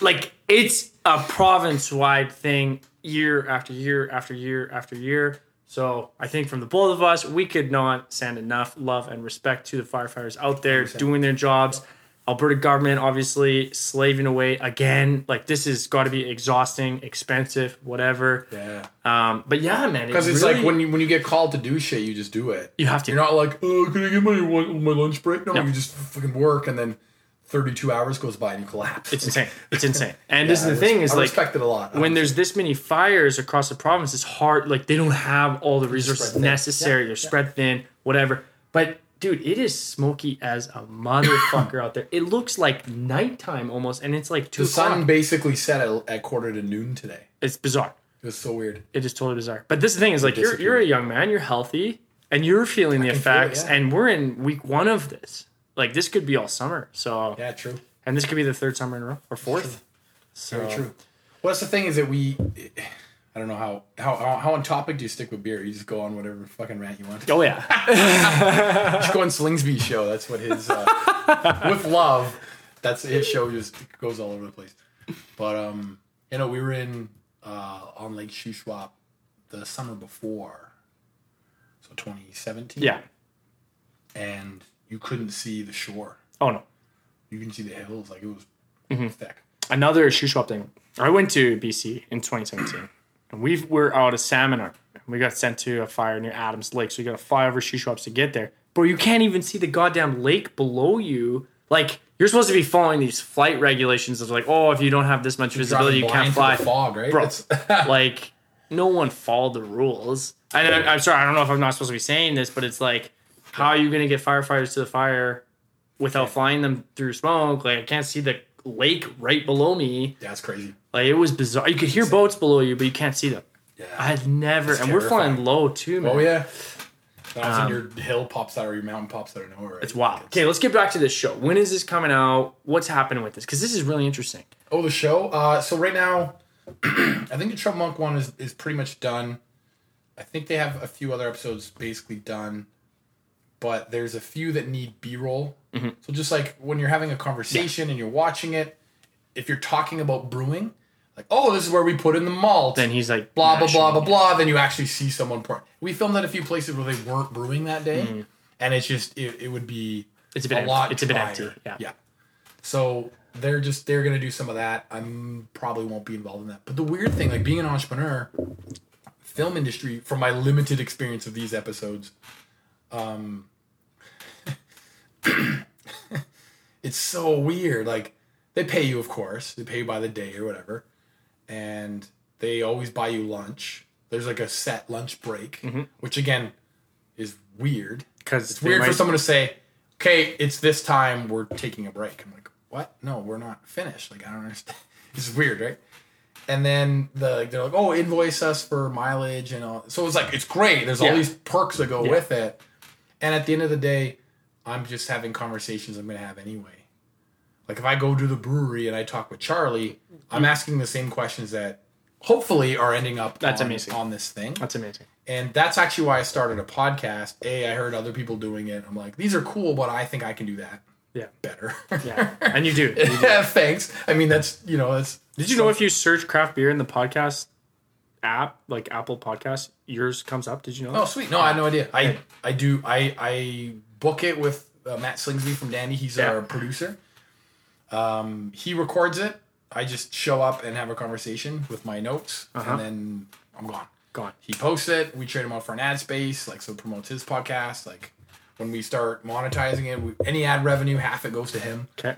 [SPEAKER 1] Like it's a province wide thing year after year after year after year. So I think from the both of us, we could not send enough love and respect to the firefighters out there doing their jobs. Alberta government obviously slaving away again. Like this has got to be exhausting, expensive, whatever.
[SPEAKER 2] Yeah.
[SPEAKER 1] Um, but yeah, man,
[SPEAKER 2] Because it's like when you when you get called to do shit, you just do it.
[SPEAKER 1] You have to.
[SPEAKER 2] You're not like, oh, can I get my one- my lunch break? No,
[SPEAKER 1] No.
[SPEAKER 2] you just fucking work, and then 32 hours goes by and you collapse.
[SPEAKER 1] it's insane. It's insane. And this is
[SPEAKER 2] I
[SPEAKER 1] the
[SPEAKER 2] res-
[SPEAKER 1] thing is
[SPEAKER 2] I
[SPEAKER 1] like
[SPEAKER 2] respect it a lot.
[SPEAKER 1] when there's this many fires across the province, it's hard. Like they don't have all the resources
[SPEAKER 2] spread thin.
[SPEAKER 1] necessary.
[SPEAKER 2] Yeah,
[SPEAKER 1] They're spread thin, whatever. But dude, it is smoky as a motherfucker out there. It looks like nighttime almost, and it's like two
[SPEAKER 2] the sun
[SPEAKER 1] o'clock.
[SPEAKER 2] basically set at, at quarter to noon today.
[SPEAKER 1] It's bizarre.
[SPEAKER 2] It was so weird.
[SPEAKER 1] It is totally bizarre. But this is the thing is like you're
[SPEAKER 2] disappeared.
[SPEAKER 1] you're a young man, you're healthy, and you're feeling the
[SPEAKER 2] can feel it,
[SPEAKER 1] effects.
[SPEAKER 2] yeah.
[SPEAKER 1] And we're in week one of this. Like this could be all summer. So
[SPEAKER 2] Yeah, true.
[SPEAKER 1] and this could be the third summer in a row or fourth. So,
[SPEAKER 2] Very true. Well, that's the thing is that we. I don't know how, how how how on topic do you stick with beer? You just go on whatever fucking rant you want.
[SPEAKER 1] Oh yeah,
[SPEAKER 2] Just go on Slingsby's show. That's what his uh, with love. That's his show. Just goes all over the place. But um, you know, we were in uh, on Lake Shuswap the summer before, so 2017.
[SPEAKER 1] yeah.
[SPEAKER 2] and you couldn't see the shore.
[SPEAKER 1] Oh no.
[SPEAKER 2] You can see the hills. Like it was
[SPEAKER 1] Mm-hmm.
[SPEAKER 2] thick.
[SPEAKER 1] Another shoe swap thing. I went to BC in 2017, and we were out of salmon. Arm. We got sent to a fire near Adams Lake, so you got to fly over shoe swaps to get there. Bro, you can't even see the goddamn lake below you. Like you're supposed to be following these flight regulations. It's like, oh, if you don't have this much visibility, you
[SPEAKER 2] Driving
[SPEAKER 1] can't
[SPEAKER 2] blind through
[SPEAKER 1] fly.
[SPEAKER 2] the fog, right?
[SPEAKER 1] Bro.
[SPEAKER 2] It's-
[SPEAKER 1] like no one followed the rules. And I, I'm sorry, I don't know if I'm not supposed to be saying this, but it's like, how are you going to get firefighters to the fire without flying them through smoke? Like I can't see the lake right below me.
[SPEAKER 2] yeah, it's crazy.
[SPEAKER 1] Like it was bizarre. You could hear boats below you, but you can't see them.
[SPEAKER 2] Yeah.
[SPEAKER 1] I've never,
[SPEAKER 2] It's
[SPEAKER 1] and we're flying
[SPEAKER 2] terrifying.
[SPEAKER 1] low too, man.
[SPEAKER 2] Oh yeah. Then all of a sudden
[SPEAKER 1] Um,
[SPEAKER 2] your hill pops out or your mountain pops out of nowhere.
[SPEAKER 1] It's wild. Okay, let's get back to this show. When is this coming out? What's happening with this? Because this is really interesting.
[SPEAKER 2] Oh, the show. Uh, so right now, I think the Trump Monk one is is pretty much done. I think they have a few other episodes basically done, but there's a few that need B roll. So just like when you're having a conversation and you're watching it, if you're talking about brewing, like oh, this is where we put in the malt.
[SPEAKER 1] Then he's like,
[SPEAKER 2] blah blah
[SPEAKER 1] mashing.
[SPEAKER 2] blah blah blah. Then you actually see someone pour. We filmed at a few places where they weren't brewing that day, and it's just it, it would be
[SPEAKER 1] It's a bit empty. It's a bit empty. Yeah.
[SPEAKER 2] yeah. So they're just they're gonna do some of that. I'm probably won't be involved in that. But the weird thing, like being an entrepreneur, film industry, from my limited experience of these episodes, um, it's so weird. Like they pay you, of course, they pay you by the day or whatever, and they always buy you lunch. There's like a set lunch break,
[SPEAKER 1] Mm-hmm.
[SPEAKER 2] which again is weird.
[SPEAKER 1] Because
[SPEAKER 2] It's weird for someone to say, "Okay, it's this time. We're taking a break." I'm like, "What? No, we're not finished." Like, I don't understand. this is weird, right? And then the like, they're like, "Oh, invoice us for mileage and all." So it's like it's great. There's
[SPEAKER 1] Yeah.
[SPEAKER 2] all these perks that go
[SPEAKER 1] Yeah.
[SPEAKER 2] with it. And at the end of the day, I'm just having conversations I'm going to have anyway. Like if I go to the brewery and I talk with Charlie, I'm
[SPEAKER 1] Mm.
[SPEAKER 2] asking the same questions that hopefully are ending up
[SPEAKER 1] That's
[SPEAKER 2] on,
[SPEAKER 1] amazing.
[SPEAKER 2] on this thing.
[SPEAKER 1] That's amazing.
[SPEAKER 2] And that's actually why I started a podcast. A, I heard other people doing it. I'm like, these are cool, but I think I can do that
[SPEAKER 1] Yeah.
[SPEAKER 2] better.
[SPEAKER 1] Yeah. and you do. You do.
[SPEAKER 2] Yeah, Thanks. I mean, that's you know, that's.
[SPEAKER 1] Did you know if you search craft beer in the podcast app, like Apple Podcasts, yours comes up? Did you know
[SPEAKER 2] Oh,
[SPEAKER 1] that?
[SPEAKER 2] sweet. No, I had no idea. I I do. I I book it with uh, Matt Slingsby from Dandy. He's
[SPEAKER 1] Yeah.
[SPEAKER 2] our producer. Um, he records it. I just show up and have a conversation with my notes,
[SPEAKER 1] Uh-huh.
[SPEAKER 2] and then I'm gone.
[SPEAKER 1] Gone.
[SPEAKER 2] he posts it. We trade him out for an ad space, like so it promotes his podcast. Like when we start monetizing it, we, any ad revenue, half it goes to him.
[SPEAKER 1] Okay.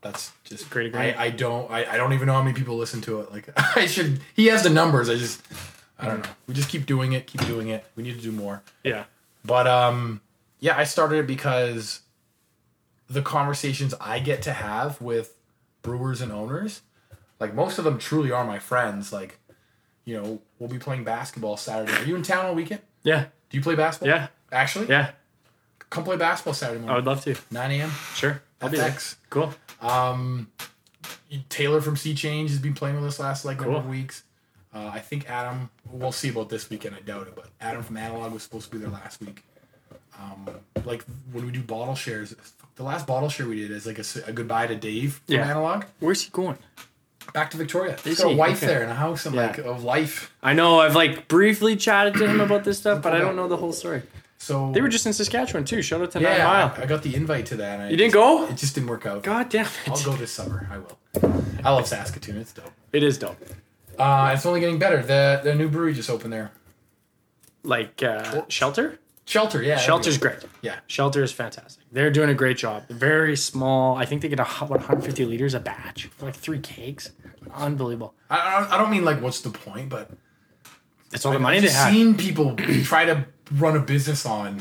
[SPEAKER 2] That's just
[SPEAKER 1] Great agreement.
[SPEAKER 2] I, I don't I, I don't even know how many people listen to it. Like I should. He has the numbers. I just I don't know. We just keep doing it, keep doing it. We need to do more.
[SPEAKER 1] Yeah.
[SPEAKER 2] But um, yeah, I started it because the conversations I get to have with brewers and owners, like most of them truly are my friends. Like, you know, we'll be playing basketball Saturday. Are you in town all weekend?
[SPEAKER 1] Yeah.
[SPEAKER 2] Do you play basketball?
[SPEAKER 1] Yeah.
[SPEAKER 2] Actually,
[SPEAKER 1] Yeah.
[SPEAKER 2] come play basketball Saturday
[SPEAKER 1] I
[SPEAKER 2] morning,
[SPEAKER 1] would love to.
[SPEAKER 2] 9 a.m.
[SPEAKER 1] Sure. I'll be there.
[SPEAKER 2] FX.
[SPEAKER 1] Cool.
[SPEAKER 2] Um, Taylor from Sea Change has been playing with us last like couple
[SPEAKER 1] Cool.
[SPEAKER 2] of weeks. Uh, I think Adam. We'll see about this weekend. I doubt it, but Adam from Analog was supposed to be there last week. Um, like when we do bottle shares, the last bottle share we did is like a, s- a goodbye to Dave from
[SPEAKER 1] Yeah.
[SPEAKER 2] Analog.
[SPEAKER 1] Where's he going?
[SPEAKER 2] Back to Victoria. He's
[SPEAKER 1] Is
[SPEAKER 2] got a
[SPEAKER 1] he?
[SPEAKER 2] wife
[SPEAKER 1] Okay.
[SPEAKER 2] there and a house and
[SPEAKER 1] Yeah.
[SPEAKER 2] like of life.
[SPEAKER 1] I know I've like briefly chatted to him about this stuff, but I don't know the whole story.
[SPEAKER 2] So
[SPEAKER 1] They were just in Saskatchewan too. Shout out to Nine
[SPEAKER 2] yeah.
[SPEAKER 1] Mile.
[SPEAKER 2] I, I got the invite to that. And I
[SPEAKER 1] You didn't go?
[SPEAKER 2] It just didn't work out.
[SPEAKER 1] God damn
[SPEAKER 2] I'll
[SPEAKER 1] it.
[SPEAKER 2] go this summer. I will. I love Saskatoon. It's dope.
[SPEAKER 1] It is dope.
[SPEAKER 2] Uh, it's only getting better. The the new brewery just opened there.
[SPEAKER 1] Like uh, Shelter?
[SPEAKER 2] Shelter, yeah.
[SPEAKER 1] Shelter's great.
[SPEAKER 2] Yeah.
[SPEAKER 1] Shelter is fantastic. They're doing a great job. Very small. I think they get a, hu- what, 150 liters a batch for like three cakes. Unbelievable.
[SPEAKER 2] I- I don't, I don't mean like what's the point, but
[SPEAKER 1] It's all the
[SPEAKER 2] I've
[SPEAKER 1] money they
[SPEAKER 2] just
[SPEAKER 1] have.
[SPEAKER 2] seen people try to run a business on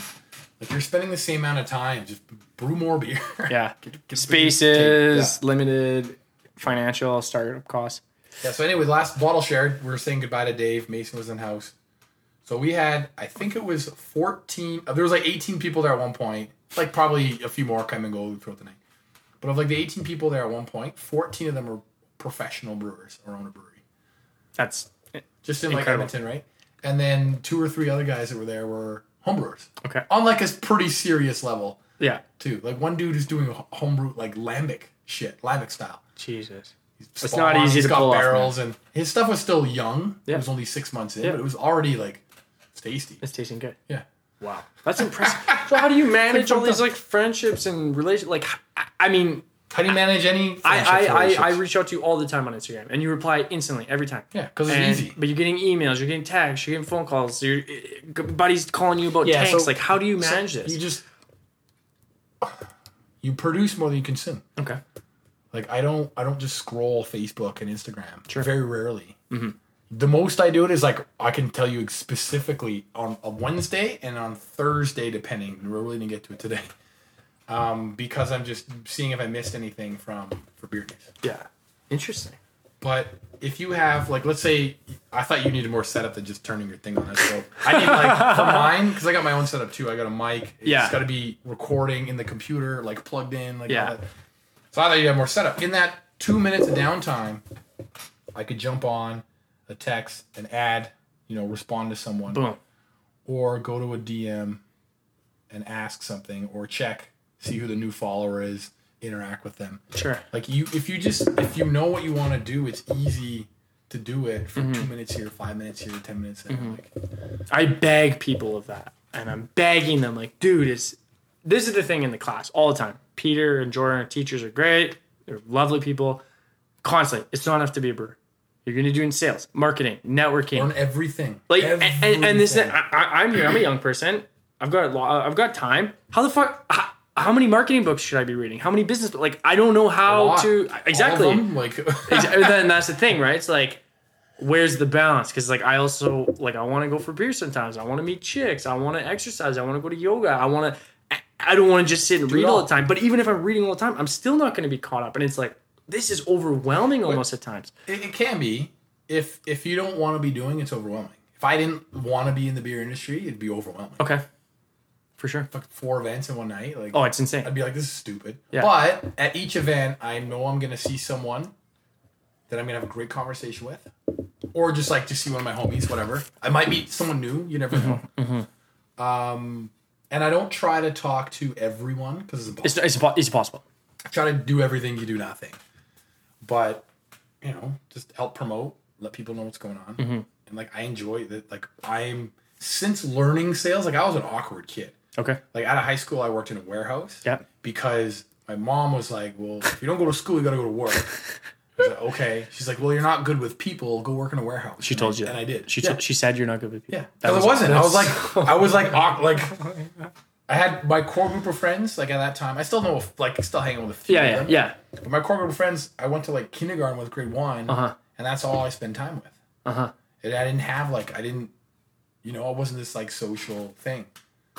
[SPEAKER 2] like you're spending the same amount of time, just brew more beer.
[SPEAKER 1] Yeah.
[SPEAKER 2] get-
[SPEAKER 1] Spaces, limited financial startup costs.
[SPEAKER 2] yeah. So anyway, last bottle shared, we were saying goodbye to Dave. Mason was in house, so we had I think it was 14. uh, There was like 18 people there at one point. Like probably a few more come and go throughout the night. But of like the 18 people there at one point, 14 of them were professional brewers or own a brewery.
[SPEAKER 1] That's
[SPEAKER 2] just in
[SPEAKER 1] Incredible.
[SPEAKER 2] like Edmonton, right? And then two or three other guys that were there were homebrewers.
[SPEAKER 1] Okay.
[SPEAKER 2] On like a pretty serious level
[SPEAKER 1] yeah.
[SPEAKER 2] too. Like one dude is doing h- homebrew like lambic shit, lambic style.
[SPEAKER 1] Jesus.
[SPEAKER 2] It's
[SPEAKER 1] not easy
[SPEAKER 2] he's
[SPEAKER 1] to
[SPEAKER 2] got
[SPEAKER 1] pull off, man.
[SPEAKER 2] barrels and his stuff was still young.
[SPEAKER 1] Yeah.
[SPEAKER 2] It was only six months in,
[SPEAKER 1] Yeah.
[SPEAKER 2] but it was already like it's tasty.
[SPEAKER 1] It's tasting good.
[SPEAKER 2] Yeah.
[SPEAKER 1] Wow, that's impressive. so how do you manage all these like friendships and relations? Like, I- I mean,
[SPEAKER 2] How do you manage any?
[SPEAKER 1] I
[SPEAKER 2] friendships,
[SPEAKER 1] I, I I
[SPEAKER 2] relationships?
[SPEAKER 1] reach out to you all the time on Instagram, and you reply instantly every time.
[SPEAKER 2] Yeah, 'cause it's
[SPEAKER 1] And-
[SPEAKER 2] easy.
[SPEAKER 1] But you're getting emails, you're getting texts, you're getting phone calls. Your uh, buddies calling you about
[SPEAKER 2] Yeah,
[SPEAKER 1] tanks.
[SPEAKER 2] so-
[SPEAKER 1] like, how do you manage
[SPEAKER 2] You
[SPEAKER 1] this?
[SPEAKER 2] just you produce more than you consume.
[SPEAKER 1] Okay.
[SPEAKER 2] Like I don't I don't just scroll Facebook and Instagram. Very rarely. The most I do it is like I can tell you specifically on a Wednesday and on Thursday, depending. We're really gonna get to it today, um, because I'm just seeing if I missed anything from for beer news.
[SPEAKER 1] Yeah. Interesting.
[SPEAKER 2] But if you have like, let's say, I thought you needed more setup than just turning your thing on. So I need like for mine because I got my own setup too. I got a mic. It's
[SPEAKER 1] Yeah.
[SPEAKER 2] got to be recording in the computer, like plugged in, like
[SPEAKER 1] Yeah.
[SPEAKER 2] all that. So I thought you had more setup. In that two minutes of downtime, I could jump on a text, an ad, you know, respond to someone,
[SPEAKER 1] Boom.
[SPEAKER 2] or go to a DM and ask something, or check, see who the new follower is, interact with them
[SPEAKER 1] Sure.
[SPEAKER 2] like you if you just if you know what you want to do it's easy to do it for
[SPEAKER 1] Mm-hmm.
[SPEAKER 2] two minutes here five minutes here ten minutes there like
[SPEAKER 1] I beg people of that, and I'm begging them like, dude, it's this is the thing in the class all the time. Peter and Jordan, our teachers are great. They're lovely people. Constantly, it's not enough to be a brewer. You're gonna do in sales, marketing, networking,
[SPEAKER 2] learn everything
[SPEAKER 1] like and, and, and this. I,
[SPEAKER 2] Everything.
[SPEAKER 1] I, I'm here. I'm a young person. I've got a lot, uh, I've got time. How the fuck? How, how many marketing books should I be reading? How many business? Like I don't know
[SPEAKER 2] A
[SPEAKER 1] how
[SPEAKER 2] lot.
[SPEAKER 1] to
[SPEAKER 2] All of
[SPEAKER 1] exactly.
[SPEAKER 2] them, like
[SPEAKER 1] Exa- and oh, then that's the thing, right? It's like, where's the balance? Because like I also like I want to go for beer sometimes. I want to meet chicks. I want to exercise. I want to go to yoga. I want to. I don't want to just sit and read
[SPEAKER 2] it
[SPEAKER 1] all
[SPEAKER 2] all.
[SPEAKER 1] the time. But even if I'm reading all the time, I'm still not going to be caught up. And it's like this is overwhelming almost at times.
[SPEAKER 2] it, it can be if if you don't want to be doing it's overwhelming if i didn't want to be in the beer industry it'd be overwhelming
[SPEAKER 1] Okay, for sure.
[SPEAKER 2] Fuck, four events in one night like
[SPEAKER 1] Oh, it's insane.
[SPEAKER 2] i'd be like this is stupid
[SPEAKER 1] Yeah.
[SPEAKER 2] but at each event i know i'm gonna see someone that i'm gonna have a great conversation with or just like to see one of my homies whatever i might meet someone new you never know um and i don't try to talk to everyone because it's impossible
[SPEAKER 1] It's it's, impo- it's possible.
[SPEAKER 2] try to do everything you do nothing but you know just help promote let people know what's going on and like i enjoy that like i'm since learning sales like i was an awkward kid
[SPEAKER 1] Okay.
[SPEAKER 2] like out of high school i worked in a warehouse
[SPEAKER 1] Yeah.
[SPEAKER 2] because my mom was like well if you don't go to school you gotta go to work I was like, okay she's like well you're not good with people go work in a warehouse
[SPEAKER 1] She told you,
[SPEAKER 2] and
[SPEAKER 1] that.
[SPEAKER 2] i did
[SPEAKER 1] She
[SPEAKER 2] yeah.
[SPEAKER 1] t- she said you're not good with people.
[SPEAKER 2] yeah that was, wasn't i was like i was like awk- like i had my core group of friends like at that time i still know a f- like still hang out with a few of
[SPEAKER 1] yeah yeah
[SPEAKER 2] them
[SPEAKER 1] yeah.
[SPEAKER 2] but my core group of friends i went to like kindergarten with grade one
[SPEAKER 1] Uh-huh.
[SPEAKER 2] and that's all i spend time with
[SPEAKER 1] Uh huh.
[SPEAKER 2] and I didn't have like I didn't, you know, I wasn't this like social thing.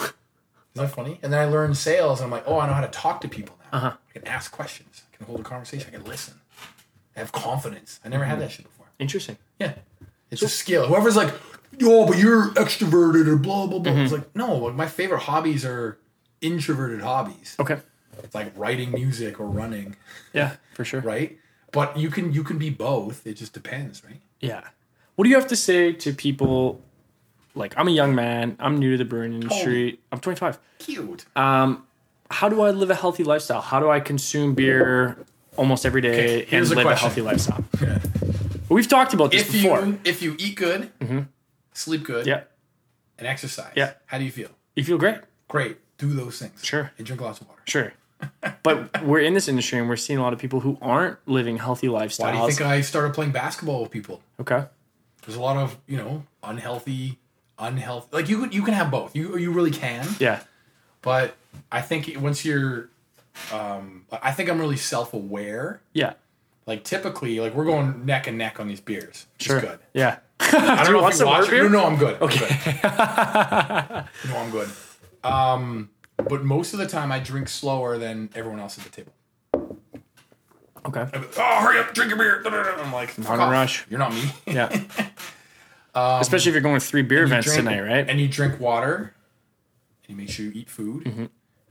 [SPEAKER 2] Is that funny? And then I learned sales, and I'm like, oh, I know how to talk to people now.
[SPEAKER 1] Uh-huh.
[SPEAKER 2] I can ask questions. I can hold a conversation. I can listen. I have confidence. I never had that shit before.
[SPEAKER 1] Interesting.
[SPEAKER 2] Yeah, it's a skill. Whoever's like, yo, but you're extroverted or blah blah blah.
[SPEAKER 1] Mm-hmm.
[SPEAKER 2] It's like no, like, my favorite hobbies are introverted hobbies,
[SPEAKER 1] Okay.
[SPEAKER 2] It's like writing music or running,
[SPEAKER 1] Yeah, for sure.
[SPEAKER 2] right? But you can you can be both. It just depends, right?
[SPEAKER 1] Yeah. What do you have to say to people? Like, I'm a young man. I'm new to the brewing industry.
[SPEAKER 2] Oh.
[SPEAKER 1] I'm 25.
[SPEAKER 2] Cute.
[SPEAKER 1] Um, how do I live a healthy lifestyle? How do I consume beer almost every day
[SPEAKER 2] Okay, here's
[SPEAKER 1] and
[SPEAKER 2] a
[SPEAKER 1] live a
[SPEAKER 2] question.
[SPEAKER 1] healthy lifestyle? We've talked about this
[SPEAKER 2] if
[SPEAKER 1] before. Mm-hmm.
[SPEAKER 2] you if you eat good, sleep good,
[SPEAKER 1] yeah,
[SPEAKER 2] and exercise,
[SPEAKER 1] Yeah.
[SPEAKER 2] how do you feel?
[SPEAKER 1] you feel great.
[SPEAKER 2] Great. Do those things.
[SPEAKER 1] Sure.
[SPEAKER 2] And drink lots of water.
[SPEAKER 1] Sure. But we're in this industry and we're seeing a lot of people who aren't living healthy lifestyles.
[SPEAKER 2] Why do you think I started playing basketball with people?
[SPEAKER 1] okay.
[SPEAKER 2] There's a lot of you know unhealthy, unhealthy. Like you could- you can have both. You you really can.
[SPEAKER 1] Yeah.
[SPEAKER 2] But I think once you're, um, I think I'm really self aware.
[SPEAKER 1] Yeah.
[SPEAKER 2] Like typically, like we're going neck and neck on these beers. It's
[SPEAKER 1] Sure.
[SPEAKER 2] good.
[SPEAKER 1] Yeah.
[SPEAKER 2] I
[SPEAKER 1] Do
[SPEAKER 2] don't
[SPEAKER 1] you
[SPEAKER 2] know
[SPEAKER 1] want
[SPEAKER 2] if you
[SPEAKER 1] some
[SPEAKER 2] watch
[SPEAKER 1] more
[SPEAKER 2] it. No,
[SPEAKER 1] beer?
[SPEAKER 2] no, I'm good. Okay. no, I'm good. Um, but most of the time, I drink slower than everyone else at the table.
[SPEAKER 1] Okay.
[SPEAKER 2] I'm like, oh, hurry up, drink your beer. I'm like, not
[SPEAKER 1] in a rush.
[SPEAKER 2] You're not me. You
[SPEAKER 1] Yeah. Especially if you're going to three beer events
[SPEAKER 2] drink-
[SPEAKER 1] tonight, right?
[SPEAKER 2] And Um, you drink water. And you make sure you eat food.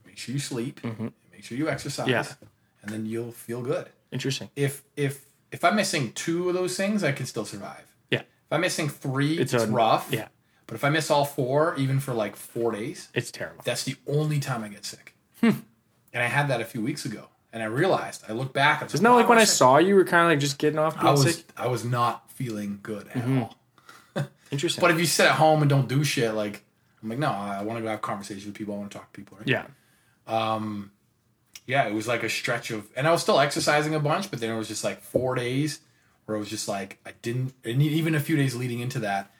[SPEAKER 2] Make sure you sleep. and Make sure you exercise.
[SPEAKER 1] Mm-hmm. Yeah.
[SPEAKER 2] And then you'll feel good.
[SPEAKER 1] Interesting.
[SPEAKER 2] If if if I'm missing two of those things, I can still survive.
[SPEAKER 1] Yeah.
[SPEAKER 2] If I'm missing three, it's,
[SPEAKER 1] a-
[SPEAKER 2] rough.
[SPEAKER 1] Yeah.
[SPEAKER 2] But if I miss all four, even for like four days,
[SPEAKER 1] It's terrible.
[SPEAKER 2] that's the only time I get sick.
[SPEAKER 1] Hmm.
[SPEAKER 2] And I had that a few weeks ago, and I realized. I looked back. I was
[SPEAKER 1] Isn't that like when I saw you were kind of like just getting off being
[SPEAKER 2] I was
[SPEAKER 1] sick? Mm-hmm.
[SPEAKER 2] I was not feeling good at all.
[SPEAKER 1] Interesting.
[SPEAKER 2] But if you sit at home and don't do shit, like I'm like, no, I want to go have conversations with people. I want to talk to people. Right?
[SPEAKER 1] yeah.
[SPEAKER 2] yeah, it was like a stretch of, and I was still exercising a bunch, but then it was just like four days where it was just like I didn't, and even a few days leading into that,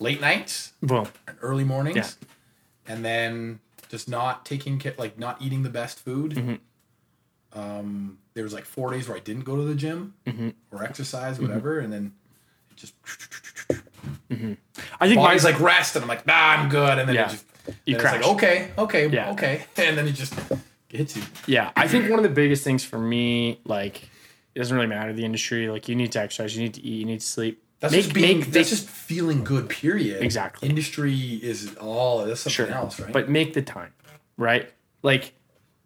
[SPEAKER 2] late nights,
[SPEAKER 1] Boom.
[SPEAKER 2] and early mornings, and then just not taking care, like not eating the best food.
[SPEAKER 1] Mm-hmm.
[SPEAKER 2] Um, there was like four days where I didn't go to the gym
[SPEAKER 1] Mm-hmm.
[SPEAKER 2] or exercise, whatever, and then it just
[SPEAKER 1] I think
[SPEAKER 2] body's
[SPEAKER 1] mine's like
[SPEAKER 2] like rest, and I'm like, nah, I'm good, and then
[SPEAKER 1] Yeah.
[SPEAKER 2] it just
[SPEAKER 1] You
[SPEAKER 2] then it's like
[SPEAKER 1] crash.
[SPEAKER 2] okay, okay,
[SPEAKER 1] Yeah.
[SPEAKER 2] okay, and then it just hits you.
[SPEAKER 1] yeah. I think one of the biggest things for me like it doesn't really matter the industry. Like you need to exercise, you need to eat, you need to sleep.
[SPEAKER 2] That's
[SPEAKER 1] make
[SPEAKER 2] just being.
[SPEAKER 1] make
[SPEAKER 2] that's
[SPEAKER 1] the-
[SPEAKER 2] just feeling good. Period.
[SPEAKER 1] Exactly.
[SPEAKER 2] Industry is all. That's something
[SPEAKER 1] Sure.
[SPEAKER 2] else, right?
[SPEAKER 1] but make the time, right? Like,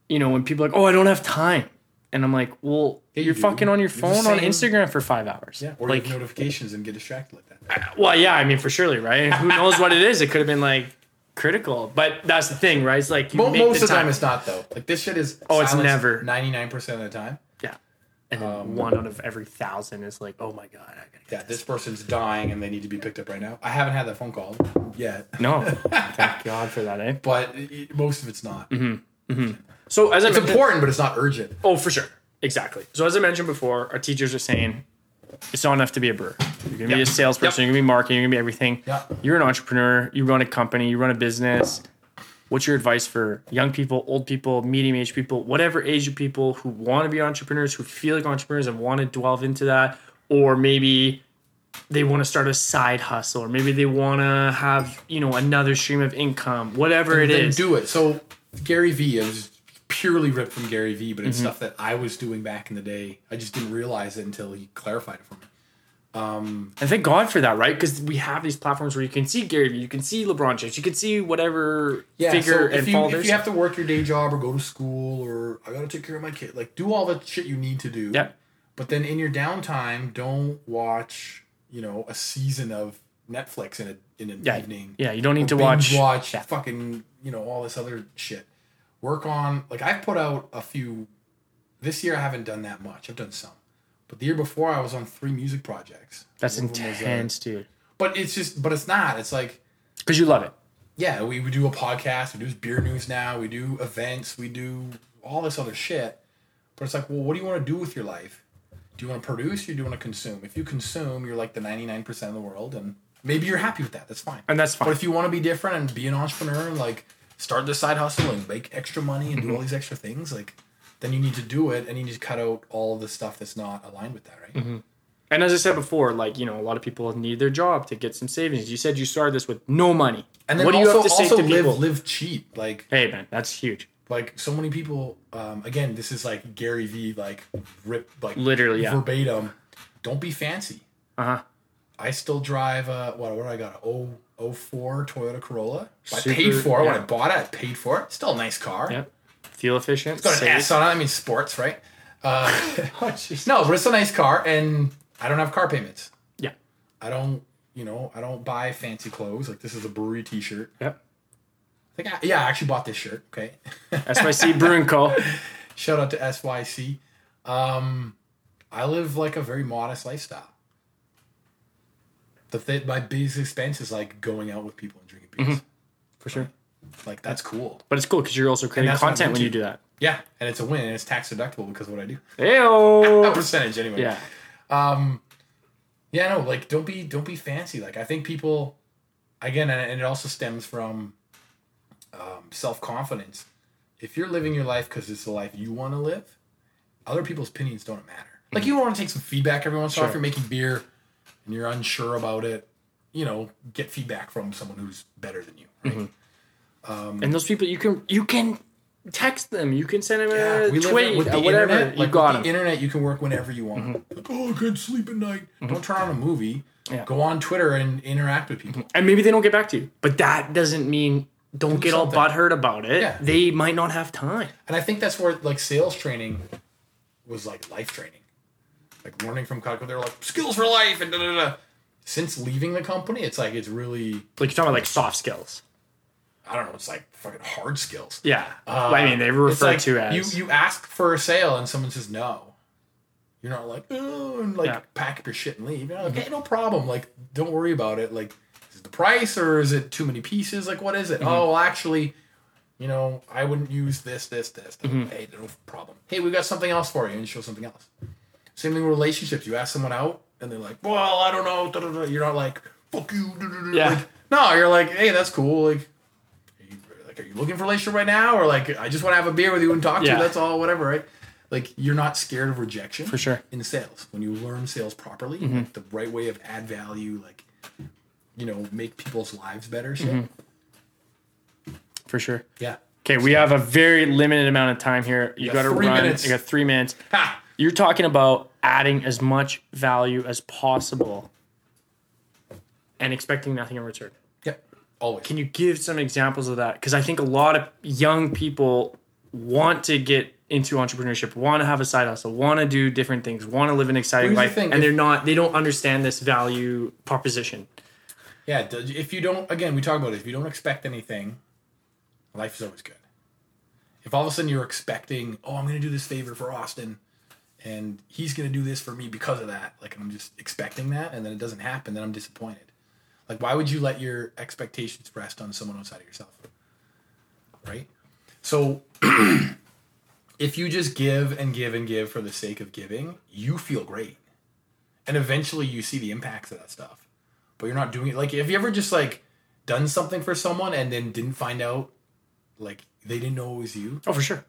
[SPEAKER 1] you know, when people are like, oh, I don't have time. And I'm like, well,
[SPEAKER 2] Yeah, you
[SPEAKER 1] you're
[SPEAKER 2] do.
[SPEAKER 1] fucking on your
[SPEAKER 2] You're the
[SPEAKER 1] phone on
[SPEAKER 2] same-
[SPEAKER 1] Instagram for five hours.
[SPEAKER 2] yeah, or
[SPEAKER 1] Like,
[SPEAKER 2] you have notifications and get distracted like that.
[SPEAKER 1] well, yeah, I mean, for surely, right? And who knows what it is? It could have been like critical, but that's the thing, right? It's like you
[SPEAKER 2] Mo-
[SPEAKER 1] make
[SPEAKER 2] most
[SPEAKER 1] the
[SPEAKER 2] of the time,
[SPEAKER 1] time,
[SPEAKER 2] it's not though. Like this shit is.
[SPEAKER 1] Oh, it's never.
[SPEAKER 2] ninety nine percent of the time.
[SPEAKER 1] yeah, Um, and then one out of every thousand is like, oh my god, I gotta get
[SPEAKER 2] Yeah, this person's dying and they need to be picked up right now. I haven't had that phone call yet,
[SPEAKER 1] No, thank God for that, eh?
[SPEAKER 2] but it- it- most of it's not.
[SPEAKER 1] Mm-hmm. So as I
[SPEAKER 2] It's
[SPEAKER 1] mentioned-
[SPEAKER 2] important, but it's not urgent.
[SPEAKER 1] Oh, for sure. Exactly. So as I mentioned before, our teachers are saying it's not enough to be a brewer. You're gonna be a
[SPEAKER 2] Yep.
[SPEAKER 1] salesperson.
[SPEAKER 2] Yep.
[SPEAKER 1] You're gonna be marketing. You're gonna be everything.
[SPEAKER 2] Yep.
[SPEAKER 1] You're an entrepreneur. You run a company. You run a business. What's your advice for young people, old people, medium age people, whatever age of people who want to be entrepreneurs, who feel like entrepreneurs and want to delve into that, or maybe they want to start a side hustle, or maybe they want to have you know another stream of income, whatever it is.
[SPEAKER 2] then do it. So Gary Vee is purely ripped from Gary Vee, but it's
[SPEAKER 1] Mm-hmm.
[SPEAKER 2] stuff that I was doing back in the day. I just didn't realize it until he clarified it for me.
[SPEAKER 1] And thank God for that, right? Because we have these platforms where you can see Gary Vee, you can see LeBron James, you can see whatever figure
[SPEAKER 2] so if
[SPEAKER 1] and
[SPEAKER 2] you,
[SPEAKER 1] follow
[SPEAKER 2] if
[SPEAKER 1] their
[SPEAKER 2] you have to work your day job or go to school or I gotta take care of my kid, like do all the shit you need to do.
[SPEAKER 1] Yep.
[SPEAKER 2] But then in your downtime, don't watch you know a season of Netflix in a in an
[SPEAKER 1] yeah,
[SPEAKER 2] evening.
[SPEAKER 1] Yeah, you don't need to watch.
[SPEAKER 2] Binge watch fucking you know all this other shit. Work on like I've put out a few. This year I haven't done that much. I've done some, but the year before I was on three music projects.
[SPEAKER 1] That's
[SPEAKER 2] One of them was, uh,
[SPEAKER 1] intense, dude.
[SPEAKER 2] But it's just but it's not. It's like
[SPEAKER 1] Because you love it.
[SPEAKER 2] yeah, we, we do a podcast, we do beer news now, we do events, we do all this other shit. But it's like, well, what do you want to do with your life? Do you want to produce or do you want to consume? If you consume, you're like the 99% of the world, and maybe you're happy with that. That's fine.
[SPEAKER 1] And that's fine.
[SPEAKER 2] But if you want to be different and be an entrepreneur and like start the side hustle and make extra money and
[SPEAKER 1] Mm-hmm.
[SPEAKER 2] do all these extra things, like then you need to do it and you need to cut out all of the stuff that's not aligned with that, right?
[SPEAKER 1] Mm-hmm. And as I said before, like, you know, a lot of people need their job to get some savings. You said you started this with no money.
[SPEAKER 2] And then
[SPEAKER 1] what
[SPEAKER 2] also,
[SPEAKER 1] do you have to say
[SPEAKER 2] also
[SPEAKER 1] to
[SPEAKER 2] live
[SPEAKER 1] people?
[SPEAKER 2] live cheap. Like
[SPEAKER 1] Hey, man, that's huge.
[SPEAKER 2] like so many people um again this is like gary vee like rip like
[SPEAKER 1] Literally, yeah.
[SPEAKER 2] verbatim don't be fancy
[SPEAKER 1] Uh huh.
[SPEAKER 2] i still drive uh what what do i got a 04 toyota corolla i
[SPEAKER 1] Super-
[SPEAKER 2] paid for it when i
[SPEAKER 1] yeah.
[SPEAKER 2] bought it i paid for it still a nice car
[SPEAKER 1] Yep. Feel efficient.
[SPEAKER 2] it's got an
[SPEAKER 1] safe.
[SPEAKER 2] s on it i mean sports right uh no but it's a nice car and i don't have car payments
[SPEAKER 1] Yeah.
[SPEAKER 2] i don't you know i don't buy fancy clothes like this is a brewery t-shirt
[SPEAKER 1] Yep.
[SPEAKER 2] i think I, yeah i actually bought this shirt okay
[SPEAKER 1] SYC Brewing Co.
[SPEAKER 2] Shout out to SYC. Um, I live like a very modest lifestyle. The th- my biggest expense is like going out with people and drinking beers.
[SPEAKER 1] For sure.
[SPEAKER 2] Like that's cool.
[SPEAKER 1] But it's cool because you're also creating
[SPEAKER 2] that's on
[SPEAKER 1] content when you
[SPEAKER 2] YouTube.
[SPEAKER 1] do that.
[SPEAKER 2] Yeah, and it's a win, and it's tax deductible because of what I do. A
[SPEAKER 1] Hey,
[SPEAKER 2] percentage anyway.
[SPEAKER 1] Yeah.
[SPEAKER 2] Yeah, no, like don't be don't be fancy. Like I think people, again, and, and it also stems from um, self confidence. If you're living your life because it's the life you want to live, other people's opinions don't matter. Like you want to take some feedback every once in a while. If
[SPEAKER 1] Sure.
[SPEAKER 2] you're making beer and you're unsure about it, you know, get feedback from someone who's better than you. Right?
[SPEAKER 1] And those people, you can you can text them, you can send them
[SPEAKER 2] Yeah,
[SPEAKER 1] a
[SPEAKER 2] we live
[SPEAKER 1] Uh, tweet,
[SPEAKER 2] with
[SPEAKER 1] or
[SPEAKER 2] the
[SPEAKER 1] whatever.
[SPEAKER 2] internet.
[SPEAKER 1] you
[SPEAKER 2] Like
[SPEAKER 1] got Mm-hmm.
[SPEAKER 2] with
[SPEAKER 1] them.
[SPEAKER 2] the internet, you can work whenever you want. Mm-hmm. Like, oh, good sleep at night. Don't turn on a movie.
[SPEAKER 1] Yeah.
[SPEAKER 2] Go on Twitter and interact with people.
[SPEAKER 1] and maybe they don't get back to you, but that doesn't mean don't get
[SPEAKER 2] something.
[SPEAKER 1] all butthurt about it.
[SPEAKER 2] Yeah.
[SPEAKER 1] They might not have time.
[SPEAKER 2] And I think that's where like sales training was like life training. Like learning from Cutco, they're like skills for life and da da da. Since leaving the company, it's like it's really
[SPEAKER 1] Like you're talking about like soft skills.
[SPEAKER 2] I don't know, it's like fucking hard skills.
[SPEAKER 1] Yeah. Well, I mean, they were
[SPEAKER 2] Uh, It's
[SPEAKER 1] referred
[SPEAKER 2] like
[SPEAKER 1] to as.
[SPEAKER 2] you you ask for a sale and someone says no. You're not like oh and like
[SPEAKER 1] Yeah. Mm-hmm.
[SPEAKER 2] pack up your shit and leave. You're like, okay, no problem. Like don't worry about it. Like is it the price or is it too many pieces? Like what is
[SPEAKER 1] Mm-hmm.
[SPEAKER 2] it? Oh well, actually, you know I wouldn't use this this this.
[SPEAKER 1] Mm-hmm.
[SPEAKER 2] Hey, no problem. Hey, we got something else for you and show something else. Same thing with relationships. You ask someone out and they're like, well, I don't know. da, da, da." You're not like fuck you. da, da, da."
[SPEAKER 1] Yeah.
[SPEAKER 2] Like, no, you're like hey, that's cool. Like like are you looking for a relationship right now or like i just want to have a beer with you and talk to
[SPEAKER 1] Yeah.
[SPEAKER 2] you that's all whatever right like you're not scared of rejection for
[SPEAKER 1] sure. Mm-hmm.
[SPEAKER 2] in sales when you learn sales properly like the right way of add value like you know make people's lives better shit.
[SPEAKER 1] Mm-hmm. for sure.
[SPEAKER 2] yeah
[SPEAKER 1] Okay, we have a very limited amount of time here. You
[SPEAKER 2] got
[SPEAKER 1] got to
[SPEAKER 2] three
[SPEAKER 1] run.
[SPEAKER 2] minutes.
[SPEAKER 1] You got three minutes.
[SPEAKER 2] ha
[SPEAKER 1] You're talking about adding as much value as possible and expecting nothing in return.
[SPEAKER 2] Yep. Always.
[SPEAKER 1] Can you give some examples of that? Because I think a lot of young people want to get into entrepreneurship, want to have a side hustle, want to do different things, want to live an exciting
[SPEAKER 2] Here's the
[SPEAKER 1] life,
[SPEAKER 2] thing,
[SPEAKER 1] and
[SPEAKER 2] if-
[SPEAKER 1] they're not. They don't understand this value proposition.
[SPEAKER 2] Yeah, d- if you don't, again, we talk about it. If you don't expect anything, life is always good. If all of a sudden you're expecting, oh, I'm going to do this favor for Austin, and he's going to do this for me because of that, like I'm just expecting that, and then it doesn't happen, then I'm disappointed. Like, why would you let your expectations rest on someone outside of yourself? Right? So, if you just give and give and give for the sake of giving, you feel great. And eventually you see the impacts of that stuff but you're not doing it. Like, have you ever just like done something for someone and then didn't find out, like they didn't know it was you?
[SPEAKER 1] Oh, for sure.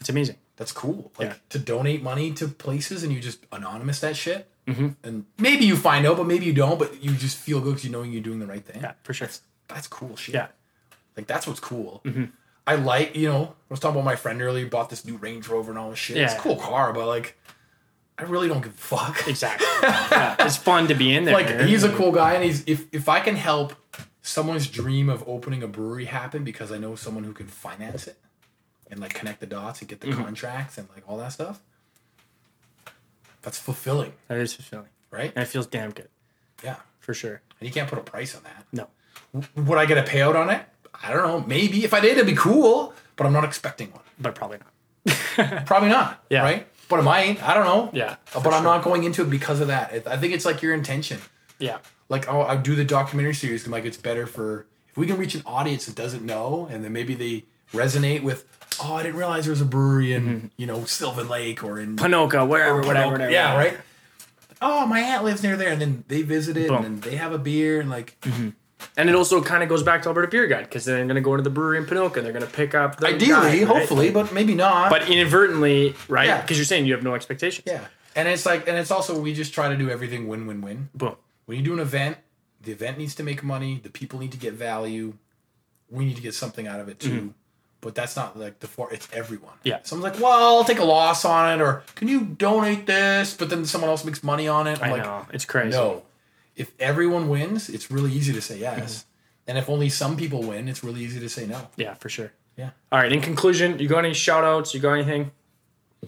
[SPEAKER 1] It's amazing.
[SPEAKER 2] That's cool. Like
[SPEAKER 1] Yeah.
[SPEAKER 2] to donate money to places and you just anonymous that shit. Mm-hmm. And maybe you find out, but maybe you don't. But you just feel good because you know you're doing the right thing.
[SPEAKER 1] Yeah, for sure.
[SPEAKER 2] That's cool shit.
[SPEAKER 1] Yeah. Mm-hmm.
[SPEAKER 2] Like that's what's cool. I like, you know, I was talking about my friend earlier. Bought this new Range Rover and all this shit. It's a
[SPEAKER 1] Yeah.
[SPEAKER 2] cool car, but like, I really don't give a fuck.
[SPEAKER 1] Exactly. yeah, it's fun to be in there.
[SPEAKER 2] like he's a cool guy and he's if if I can help someone's dream of opening a brewery happen because I know someone who can finance it and like connect the dots and get the
[SPEAKER 1] Mm-hmm.
[SPEAKER 2] contracts and like all that stuff. That's fulfilling,
[SPEAKER 1] That is fulfilling,
[SPEAKER 2] right?
[SPEAKER 1] and it feels damn good
[SPEAKER 2] Yeah.
[SPEAKER 1] for sure.
[SPEAKER 2] And you can't put a price on that.
[SPEAKER 1] No.
[SPEAKER 2] Would I get a payout on it? I don't know. Maybe if I did it'd be cool, but I'm not expecting one.
[SPEAKER 1] but probably not.
[SPEAKER 2] Probably not.
[SPEAKER 1] Yeah.
[SPEAKER 2] Right? But am I? I don't know. Uh,
[SPEAKER 1] Yeah,
[SPEAKER 2] But
[SPEAKER 1] for sure.
[SPEAKER 2] I'm not going into it because of that. It- I think it's like your intention.
[SPEAKER 1] Yeah,
[SPEAKER 2] like oh I'll do the documentary series and like it's better for if we can reach an audience that doesn't know and then maybe they resonate with oh I didn't realize there was a brewery in you know Sylvan Lake or in
[SPEAKER 1] Panoka, wherever,
[SPEAKER 2] Pinocchio.
[SPEAKER 1] Mm-hmm. whatever, whatever.
[SPEAKER 2] yeah right oh my aunt lives near there and then they visit it
[SPEAKER 1] Boom.
[SPEAKER 2] and then they have a beer and like
[SPEAKER 1] And it also kind of goes back to Alberta Beer Guide because they're going to go into the brewery in Panoka and they're going to pick up. The
[SPEAKER 2] ideally
[SPEAKER 1] guy, right?
[SPEAKER 2] hopefully but maybe not
[SPEAKER 1] but inadvertently, right?
[SPEAKER 2] Yeah.
[SPEAKER 1] Because you're saying you have no expectations.
[SPEAKER 2] yeah and it's like and it's also we just try to do everything win win win
[SPEAKER 1] Boom.
[SPEAKER 2] when you do an event, the event needs to make money, the people need to get value, we need to get something out of it too. But that's not like the for it's everyone.
[SPEAKER 1] Mm-hmm. Yeah.
[SPEAKER 2] Someone's like, well, I'll take a loss on it, or can you donate this? But then someone else makes money on it. I'm
[SPEAKER 1] I
[SPEAKER 2] like,
[SPEAKER 1] know it's crazy.
[SPEAKER 2] no. If everyone wins, it's really easy to say yes.
[SPEAKER 1] Mm-hmm.
[SPEAKER 2] And if only some people win, it's really easy to say no.
[SPEAKER 1] Yeah, for sure.
[SPEAKER 2] Yeah.
[SPEAKER 1] All right. In conclusion, you got any shout outs? You got anything?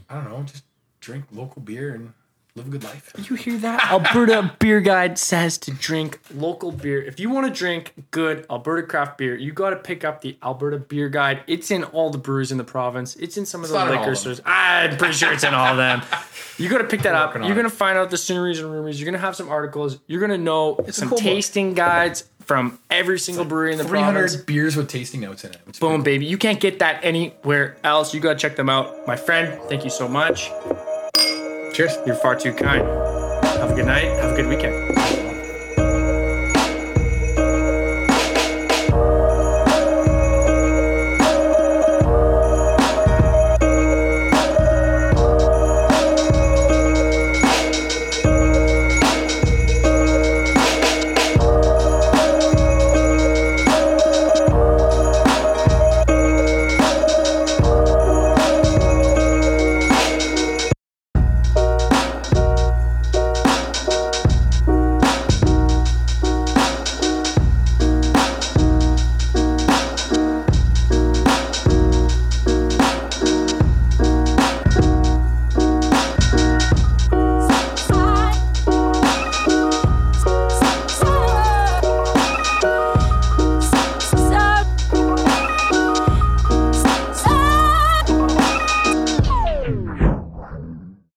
[SPEAKER 2] I don't know, just drink local beer and live a good life.
[SPEAKER 1] You hear that? Alberta Beer Guide says to drink local beer. If you want to drink good Alberta craft beer, you got to pick up the Alberta Beer Guide. It's in all the breweries in the province. It's in some of the
[SPEAKER 2] not in all
[SPEAKER 1] liquor
[SPEAKER 2] of them.
[SPEAKER 1] stores. I'm pretty sure it's in all of them. You got to pick that up.
[SPEAKER 2] working
[SPEAKER 1] You're
[SPEAKER 2] on
[SPEAKER 1] going
[SPEAKER 2] it.
[SPEAKER 1] to find out the sceneries and rumors. You're going to have some articles. You're going to know
[SPEAKER 2] a
[SPEAKER 1] some
[SPEAKER 2] cool book.
[SPEAKER 1] tasting guides from every single brewery in the province.
[SPEAKER 2] 300 beers with tasting notes in it. which is
[SPEAKER 1] Boom, baby. You can't get that anywhere else. You got to check them out. My friend, thank you so much.
[SPEAKER 2] pretty- Cheers.
[SPEAKER 1] You're far too kind. Have a good night. Have a good weekend.